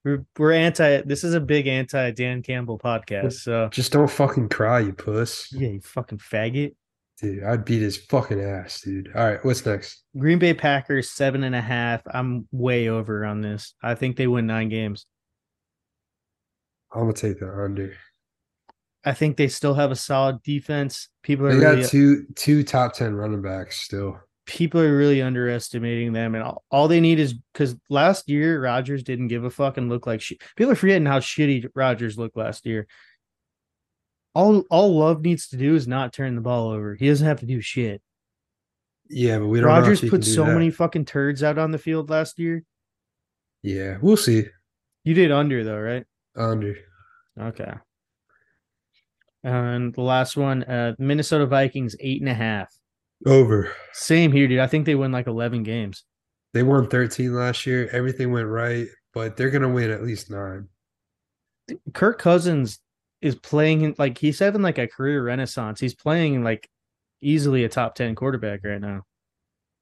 Speaker 2: We're we're anti this is a big anti Dan Campbell podcast. So
Speaker 3: Just don't fucking cry, you puss.
Speaker 2: yeah, you fucking faggot.
Speaker 3: Dude, I'd beat his fucking ass, dude. All right, what's next?
Speaker 2: Green Bay Packers seven and a half. I'm way over on this. I think they win nine games.
Speaker 3: I'm gonna take the under.
Speaker 2: I think they still have a solid defense. People are
Speaker 3: They
Speaker 2: really
Speaker 3: got two two top ten running backs still.
Speaker 2: people are really underestimating them, and all, all they need is because last year Rodgers didn't give a fuck and look like shit. People are forgetting how shitty Rodgers looked last year. All all Love needs to do is not turn the ball over. He doesn't have to do shit.
Speaker 3: Yeah, but we don't. know if
Speaker 2: Rodgers
Speaker 3: he
Speaker 2: put
Speaker 3: can do
Speaker 2: so
Speaker 3: that.
Speaker 2: many fucking turds out on the field last year.
Speaker 3: Yeah, we'll see.
Speaker 2: You did under though, right?
Speaker 3: Under.
Speaker 2: Okay. And the last one, uh, Minnesota Vikings eight and a half.
Speaker 3: Over.
Speaker 2: Same here, dude. I think they win like eleven games.
Speaker 3: They won 13 last year. Everything went right, but they're gonna win at least nine.
Speaker 2: Kirk Cousins is playing like he's having like a career renaissance. He's playing like easily a top 10 quarterback right now.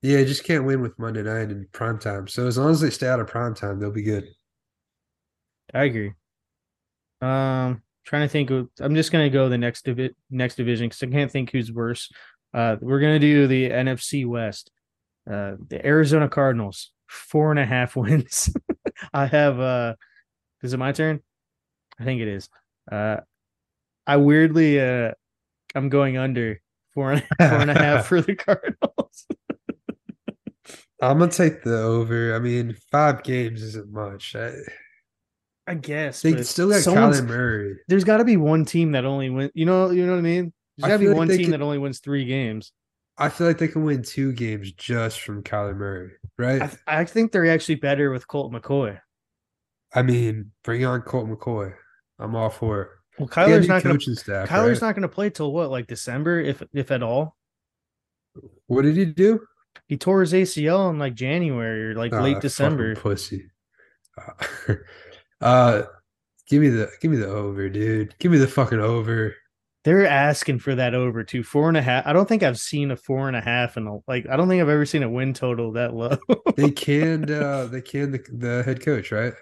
Speaker 3: Yeah, you just can't win with Monday night and prime time. So as long as they stay out of prime time, they'll be good.
Speaker 2: I agree. Um trying to think of, I'm just going to go the next divi- next division cuz I can't think who's worse. Uh we're going to do the NFC West. Uh the Arizona Cardinals four and a half wins. I have uh is it my turn? I think it is. Uh I weirdly uh I'm going under four and four and a half for the Cardinals.
Speaker 3: I'm gonna take the over. I mean, five games isn't much. I,
Speaker 2: I guess
Speaker 3: they
Speaker 2: but
Speaker 3: still got
Speaker 2: someone's-
Speaker 3: Kyler Murray.
Speaker 2: There's got to be one team that only wins. You know, you know what I mean.
Speaker 3: I
Speaker 2: There's got to be
Speaker 3: feel like
Speaker 2: one
Speaker 3: they
Speaker 2: team
Speaker 3: could-
Speaker 2: that only wins three games.
Speaker 3: I feel like they can win two games just from Kyler Murray, right?
Speaker 2: I,
Speaker 3: I,
Speaker 2: th- I think they're actually better with Colt McCoy.
Speaker 3: mean, bring on Colt McCoy. I'm all for it.
Speaker 2: Well,
Speaker 3: You gotta
Speaker 2: Kyler's not
Speaker 3: do
Speaker 2: going. to
Speaker 3: coaching staff.
Speaker 2: Kyler's
Speaker 3: right?
Speaker 2: not going to play till what, like December, if if at all.
Speaker 3: What did he do?
Speaker 2: He tore his ACL in like January or like
Speaker 3: Ah, that
Speaker 2: late
Speaker 3: fucking
Speaker 2: December.
Speaker 3: Pussy. Uh, give me the give me the over, dude. Give me the fucking over.
Speaker 2: They're asking for that over two four and a half. I don't think I've seen a four and a half and like I don't think I've ever seen a win total that low.
Speaker 3: They canned uh they canned the, the head coach, right?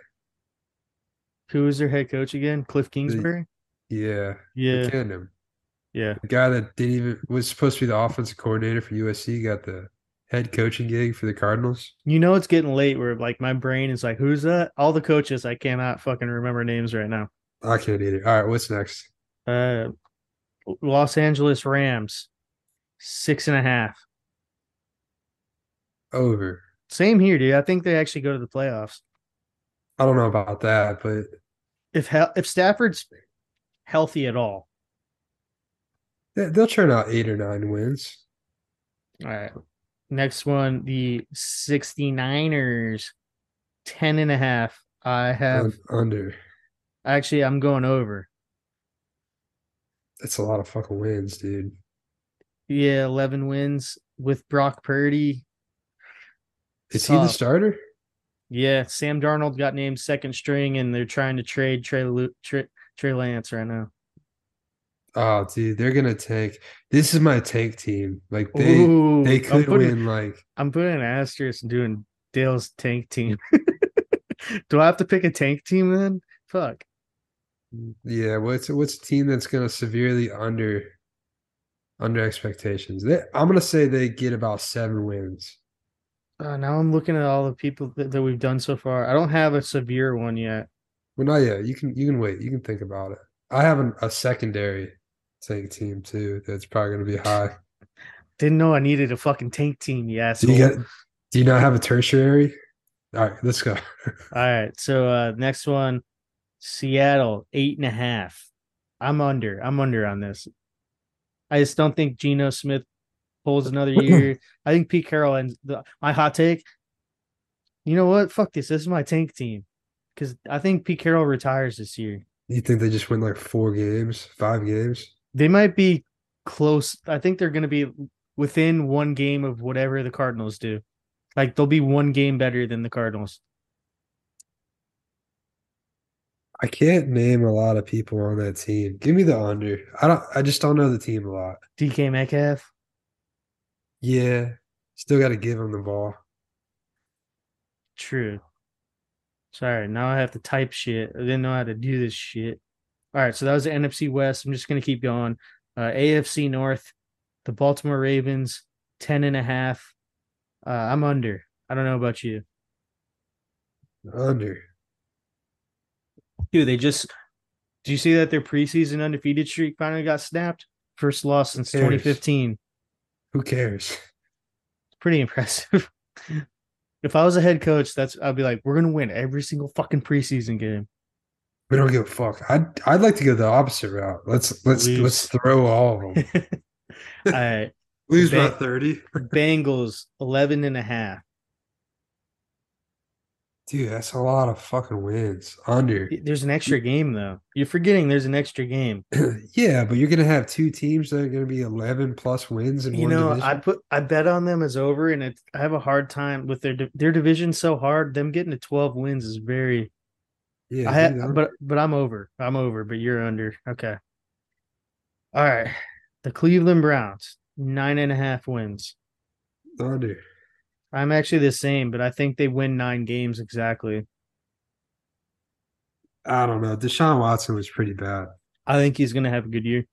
Speaker 2: Who is their head coach again? Cliff Kingsbury.
Speaker 3: Yeah. They
Speaker 2: Yeah,
Speaker 3: canned him.
Speaker 2: yeah.
Speaker 3: The guy that didn't even was supposed to be the offensive coordinator for USC got the head coaching gig for the Cardinals.
Speaker 2: You know it's getting late where like my brain is like, who's that? All the coaches I cannot fucking remember names right now.
Speaker 3: I can't either. All right, what's next?
Speaker 2: Uh Los Angeles Rams, six and a half.
Speaker 3: Over.
Speaker 2: Same here, dude. I think they actually go to the playoffs.
Speaker 3: I don't know about that, but
Speaker 2: If hel- if Stafford's healthy at all.
Speaker 3: they, they'll turn out eight or nine wins.
Speaker 2: All right. Next one, the 69ers, 10 and a half. I have
Speaker 3: Un- Under.
Speaker 2: actually I'm going over.
Speaker 3: That's a lot of fucking wins, dude.
Speaker 2: Yeah, 11 wins with Brock Purdy.
Speaker 3: Is he the
Speaker 2: Tough.
Speaker 3: starter?
Speaker 2: Yeah, Sam Darnold got named second string, and they're trying to trade Trey Lu- Trey, Trey Lance right now.
Speaker 3: Oh, dude, they're gonna tank. This is my tank team. Like they
Speaker 2: Ooh,
Speaker 3: they
Speaker 2: I'm
Speaker 3: could
Speaker 2: putting,
Speaker 3: win like
Speaker 2: I'm putting an asterisk and doing Dale's tank team. Do I have to pick a tank team then? Fuck.
Speaker 3: Yeah, what's what's a team that's going to severely under under expectations? They, I'm going to say they get about seven wins.
Speaker 2: Uh, now I'm looking at all the people that, that we've done so far. I don't have a severe one yet.
Speaker 3: Well, not yet. You can you can wait. You can think about it. I have an, a secondary tank team too. That's probably going to be high.
Speaker 2: Didn't know I needed a fucking tank team, you asshole.
Speaker 3: Do you get? Do you not have a tertiary? All right, let's go.
Speaker 2: All right. So uh next one, Seattle, eight and a half. I'm under. I'm under on this. I just don't think Geno Smith pulls another year. I think Pete Carroll and the, my hot take. You know what? Fuck this. This is my tank team. Because I think Pete Carroll retires this year.
Speaker 3: You think they just win like four games, five games?
Speaker 2: They might be close. I think they're going to be within one game of whatever the Cardinals do. Like they'll be one game better than the Cardinals.
Speaker 3: I can't name a lot of people on that team. Give me the under. I don't. I just don't know the team a lot.
Speaker 2: DK Metcalf.
Speaker 3: Yeah, still got to give him the ball.
Speaker 2: True. Sorry, now I have to type shit. I didn't know how to do this shit. All right, so that was the NFC West. I'm just gonna keep going. Uh, AFC North, the Baltimore Ravens, ten and a half. Uh, I'm under. I don't know about you,
Speaker 3: Under.
Speaker 2: dude. They just. Do you see that their preseason undefeated streak finally got snapped? First loss since
Speaker 3: cares?
Speaker 2: 2015.
Speaker 3: Who cares?
Speaker 2: pretty impressive. if I was a head coach, that's I'd be like, we're gonna win every single fucking preseason game.
Speaker 3: We don't give a fuck. I'd I'd like to go the opposite route. Let's let's
Speaker 2: Lose.
Speaker 3: let's throw all of them.
Speaker 2: All right.
Speaker 3: Lose
Speaker 2: Ba-
Speaker 3: by thirty,
Speaker 2: Bengals 11 and a half.
Speaker 3: dude. That's a lot of fucking wins. Under.
Speaker 2: There's an extra game though. You're forgetting there's an extra game.
Speaker 3: yeah, but you're gonna have two teams that are gonna be eleven plus wins in
Speaker 2: You
Speaker 3: one
Speaker 2: know,
Speaker 3: division.
Speaker 2: I put I bet on them as over and it, I have a hard time with their di- their division so hard. Them getting to 12 wins is very
Speaker 3: yeah,
Speaker 2: I
Speaker 3: give me the
Speaker 2: had,
Speaker 3: under.
Speaker 2: but but I'm over. I'm over. But you're under. Okay. All right. The Cleveland Browns nine and a half wins.
Speaker 3: under.
Speaker 2: I'm actually the same, but I think they win nine games exactly.
Speaker 3: I don't know. Deshaun Watson was pretty bad.
Speaker 2: I think he's gonna have a good year.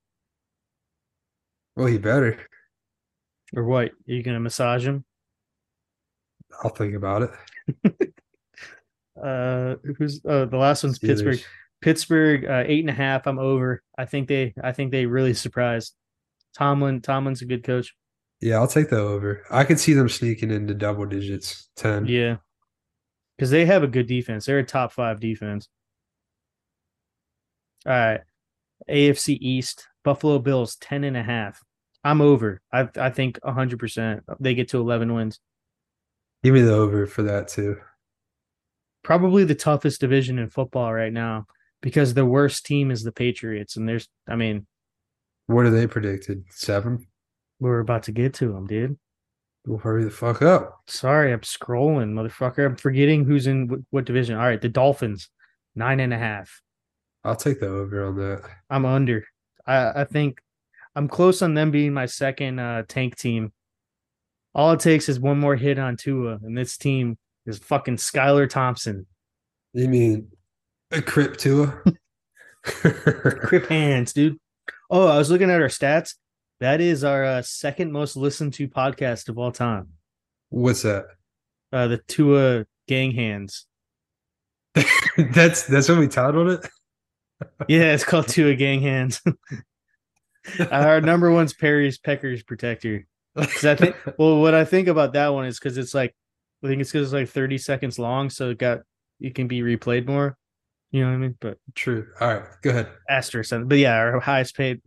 Speaker 3: Well, he better.
Speaker 2: Or what? Are you gonna massage him?
Speaker 3: I'll think about it.
Speaker 2: Uh, who's? Oh, the last one's Pittsburgh.
Speaker 3: Steelers.
Speaker 2: Pittsburgh uh, eight and a half. I'm over. I think they. I think they really surprised. Tomlin. Tomlin's a good coach.
Speaker 3: Yeah, I'll take the over. I could see them sneaking into double digits, ten.
Speaker 2: Yeah, because they have a good defense. They're a top five defense. All right, AFC East. Buffalo Bills ten and a half. I'm over. I I think 100. percent They get to 11 wins.
Speaker 3: Give me the over for that too.
Speaker 2: probably the toughest division in football right now because the worst team is the Patriots. And there's, I mean,
Speaker 3: What are they predicted? Seven.
Speaker 2: we're about to get to them, dude.
Speaker 3: Well, hurry the fuck up.
Speaker 2: Sorry, I'm scrolling, motherfucker. I'm forgetting who's in wh- what division. All right, the Dolphins, nine and a half.
Speaker 3: I'll take the over on that.
Speaker 2: I'm under. I, I think I'm close on them being my second uh, tank team. All it takes is one more hit on Tua, and this team is fucking Skylar Thompson.
Speaker 3: You mean a crypt to a
Speaker 2: Crip hands, dude. Oh, I was looking at our stats. That is our uh, second most listened to podcast of all time.
Speaker 3: What's that?
Speaker 2: Uh, the Tua Gang Hands.
Speaker 3: that's that's what we titled it.
Speaker 2: Yeah, it's called Tua Gang Hands. our number one's Perry's Peckers Protector. 'Cause I think, well, what I think about that one is because it's like, I think it's because it's like 30 seconds long. So it got, it can be replayed more. You know what I mean? But
Speaker 3: True. All right, go ahead.
Speaker 2: asterisk. on- But yeah, our highest paid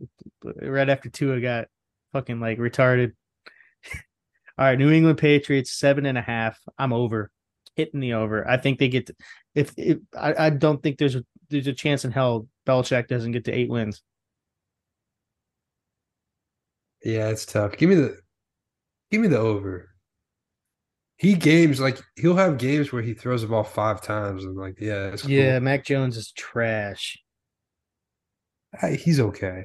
Speaker 2: right after Tua got fucking like retarded. All right, New England Patriots seven and a half. I'm over, hitting the over. I think they get to, if, if I, I don't think there's a there's a chance in hell Belichick doesn't get to eight wins.
Speaker 3: Yeah, it's tough. Give me the give me the over. He games like he'll have games where he throws the ball five times and like yeah, it's cool.
Speaker 2: Yeah, Mac Jones is trash.
Speaker 3: Hey, he's okay.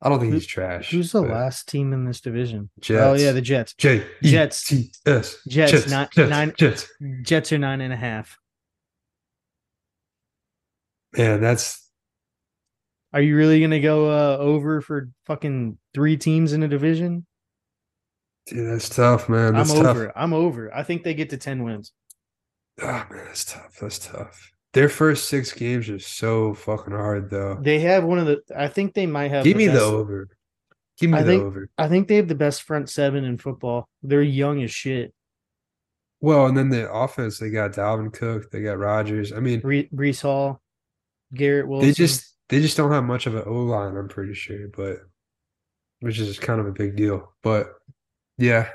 Speaker 3: I don't think
Speaker 2: Who-
Speaker 3: he's trash.
Speaker 2: Who's the
Speaker 3: but-
Speaker 2: last team in this division?
Speaker 3: Jets.
Speaker 2: Oh yeah, the Jets.
Speaker 3: J E
Speaker 2: Jets.
Speaker 3: T S.
Speaker 2: Jets,
Speaker 3: Jets.
Speaker 2: not-
Speaker 3: Jets.
Speaker 2: nine-
Speaker 3: Jets.
Speaker 2: Jets are nine and a half.
Speaker 3: Man, that's
Speaker 2: Are you really gonna go uh, over for fucking three teams in a division?
Speaker 3: Dude, that's tough, man. That's
Speaker 2: I'm
Speaker 3: tough.
Speaker 2: over. it. I'm over. I think they get to ten wins.
Speaker 3: Ah, man, that's tough. That's tough. Their first six games are so fucking hard, though.
Speaker 2: They have one of the. I think they might have.
Speaker 3: Oh. Give me the
Speaker 2: best-
Speaker 3: over. Give me
Speaker 2: I
Speaker 3: the
Speaker 2: think-
Speaker 3: over.
Speaker 2: I think they have the best front seven in football. They're young as shit.
Speaker 3: Well, and then the offense, they got Dalvin Cook, they got Rodgers. I mean,
Speaker 2: Bre- Brees Hall, Garrett Wilson.
Speaker 3: they just they just don't have much of an O line, I'm pretty sure, but which is kind of a big deal. But yeah,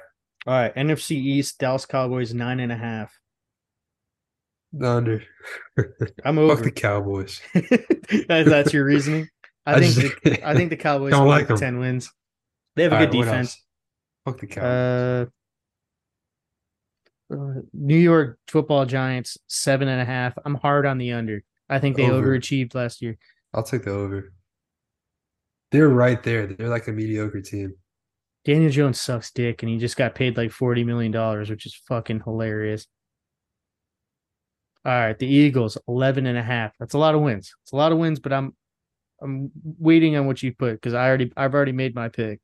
Speaker 2: all right. NFC East, Dallas Cowboys nine and a half.
Speaker 3: the under.
Speaker 2: I'm
Speaker 3: Fuck
Speaker 2: over.
Speaker 3: the Cowboys.
Speaker 2: That- That's your reasoning. I,
Speaker 3: I
Speaker 2: think
Speaker 3: just-
Speaker 2: the, I think the Cowboys
Speaker 3: Don't
Speaker 2: will
Speaker 3: like
Speaker 2: get to
Speaker 3: them.
Speaker 2: ten wins. They have a
Speaker 3: All
Speaker 2: good
Speaker 3: right, what
Speaker 2: defense.
Speaker 3: else? Fuck the Cowboys.
Speaker 2: Uh, uh, New York Football Giants seven and a half. I'm hard on the under. I think they
Speaker 3: Over.
Speaker 2: overachieved last year.
Speaker 3: I'll take the over. They're right there. They're like a mediocre team.
Speaker 2: Daniel Jones sucks dick, and he just got paid like forty million dollars, which is fucking hilarious. All right, the Eagles 11 and a half. That's a lot of wins. It's a lot of wins, but I'm I'm waiting on what you put because I already I've already made my pick.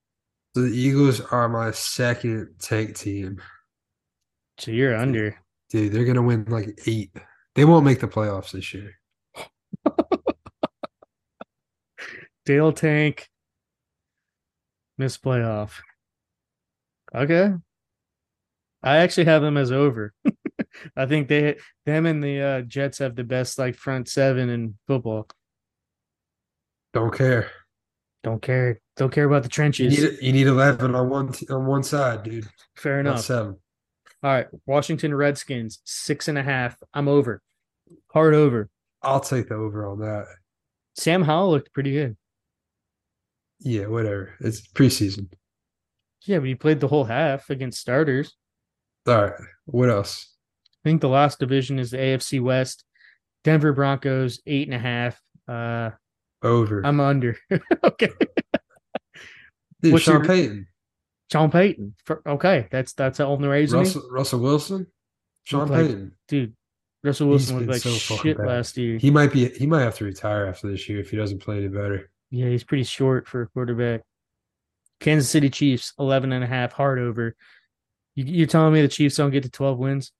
Speaker 3: So the Eagles are my second tank team.
Speaker 2: So you're under.
Speaker 3: Dude, they're gonna win like eight. They won't make the playoffs this year.
Speaker 2: Dale Tank. Miss playoff. Okay. I actually have them as over. I think they them and the uh, Jets have the best like front seven in football.
Speaker 3: Don't care.
Speaker 2: Don't care. Don't care about the
Speaker 3: You
Speaker 2: trenches.
Speaker 3: need, you need eleven on one t- on one side, dude. um,
Speaker 2: Fair
Speaker 3: Not
Speaker 2: enough.
Speaker 3: seven.
Speaker 2: All right. Washington Redskins, six and a half. I'm over. Hard over.
Speaker 3: I'll take the over on that.
Speaker 2: Sam Howell looked pretty good.
Speaker 3: Yeah, whatever. It's preseason.
Speaker 2: Yeah, but he played the whole half against starters.
Speaker 3: All right. What else?
Speaker 2: I think the last division is the AFC West. Denver Broncos, eight and a half. Uh
Speaker 3: Over.
Speaker 2: I'm under. okay.
Speaker 3: Dude,
Speaker 2: what's
Speaker 3: Sean
Speaker 2: your-
Speaker 3: Payton,
Speaker 2: John Payton. For- okay. That's that's the only reason.
Speaker 3: Russell, Russell Wilson, Sean
Speaker 2: like-
Speaker 3: Payton.
Speaker 2: Dude, Russell
Speaker 3: He's
Speaker 2: Wilson looked
Speaker 3: been
Speaker 2: like
Speaker 3: so fucking
Speaker 2: shit
Speaker 3: bad.
Speaker 2: last year.
Speaker 3: He might be. He might have to retire after this year if he doesn't play any better.
Speaker 2: Yeah, he's pretty short for a quarterback. Kansas City Chiefs, 11 and a half, hard over. You, you're telling me the Chiefs don't get to 12 wins?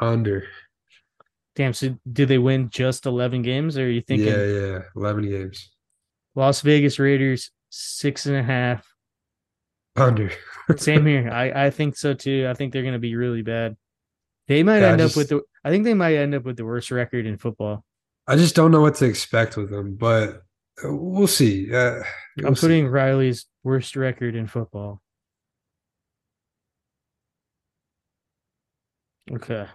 Speaker 3: Under.
Speaker 2: Damn, so did they win just 11 games? Or are you thinking
Speaker 3: Yeah, yeah. Eleven games.
Speaker 2: Las Vegas Raiders, six and a half?
Speaker 3: Under.
Speaker 2: Same here. I, I think so too. I think they're going to be really bad. They might
Speaker 3: Yeah, I
Speaker 2: end
Speaker 3: just-
Speaker 2: up with the, I think they might end up with the worst record in football.
Speaker 3: I just don't know what to expect with them, but we'll see. Uh, we'll
Speaker 2: I'm
Speaker 3: see.
Speaker 2: putting Riley's worst record in football. Okay. I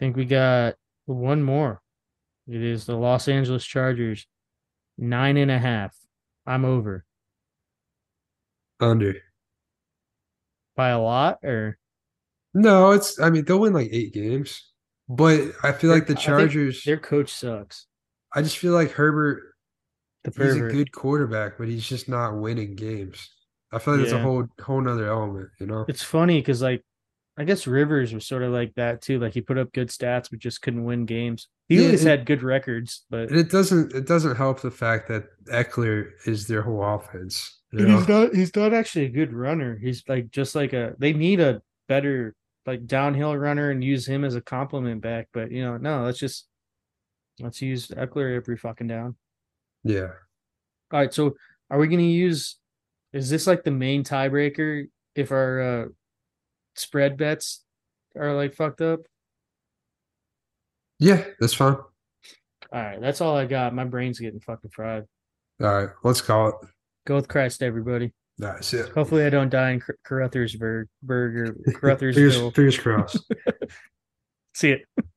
Speaker 2: think we got one more. It is the Los Angeles Chargers, nine and a half. I'm over
Speaker 3: under.
Speaker 2: by a lot, or
Speaker 3: No, it's. I mean, they'll win like eight games, but I feel like the
Speaker 2: I think
Speaker 3: Chargers.
Speaker 2: their coach sucks.
Speaker 3: I just feel like Herbert.
Speaker 2: The
Speaker 3: He's a
Speaker 2: pervert.
Speaker 3: good quarterback, but he's just not winning games. I feel like it's a
Speaker 2: Yeah.
Speaker 3: whole whole nother element, you know.
Speaker 2: It's funny because, like, I guess Rivers was sort of like that too. Like, he put up good stats, but just couldn't win games. He
Speaker 3: Yeah,
Speaker 2: always
Speaker 3: it-
Speaker 2: had good records, but
Speaker 3: And it doesn't it doesn't help the fact that Eckler is their whole offense. You
Speaker 2: And
Speaker 3: know?
Speaker 2: He's not he's not actually a good runner. He's like just like a they need a better like downhill runner and use him as a compliment back. But you know, no, let's just let's use Eckler every fucking down.
Speaker 3: yeah.
Speaker 2: All right, so are we gonna use is this like the main tiebreaker if our uh spread bets are like fucked up?
Speaker 3: Yeah, that's fine.
Speaker 2: All right, that's all I got. My brain's getting fucking fried.
Speaker 3: All right, let's call it.
Speaker 2: Go with Christ, everybody.
Speaker 3: That's it.
Speaker 2: Hopefully, I don't die in Caruthersburg, Burger,
Speaker 3: Fingers,
Speaker 2: Caruthersville.
Speaker 3: fingers crossed.
Speaker 2: See it.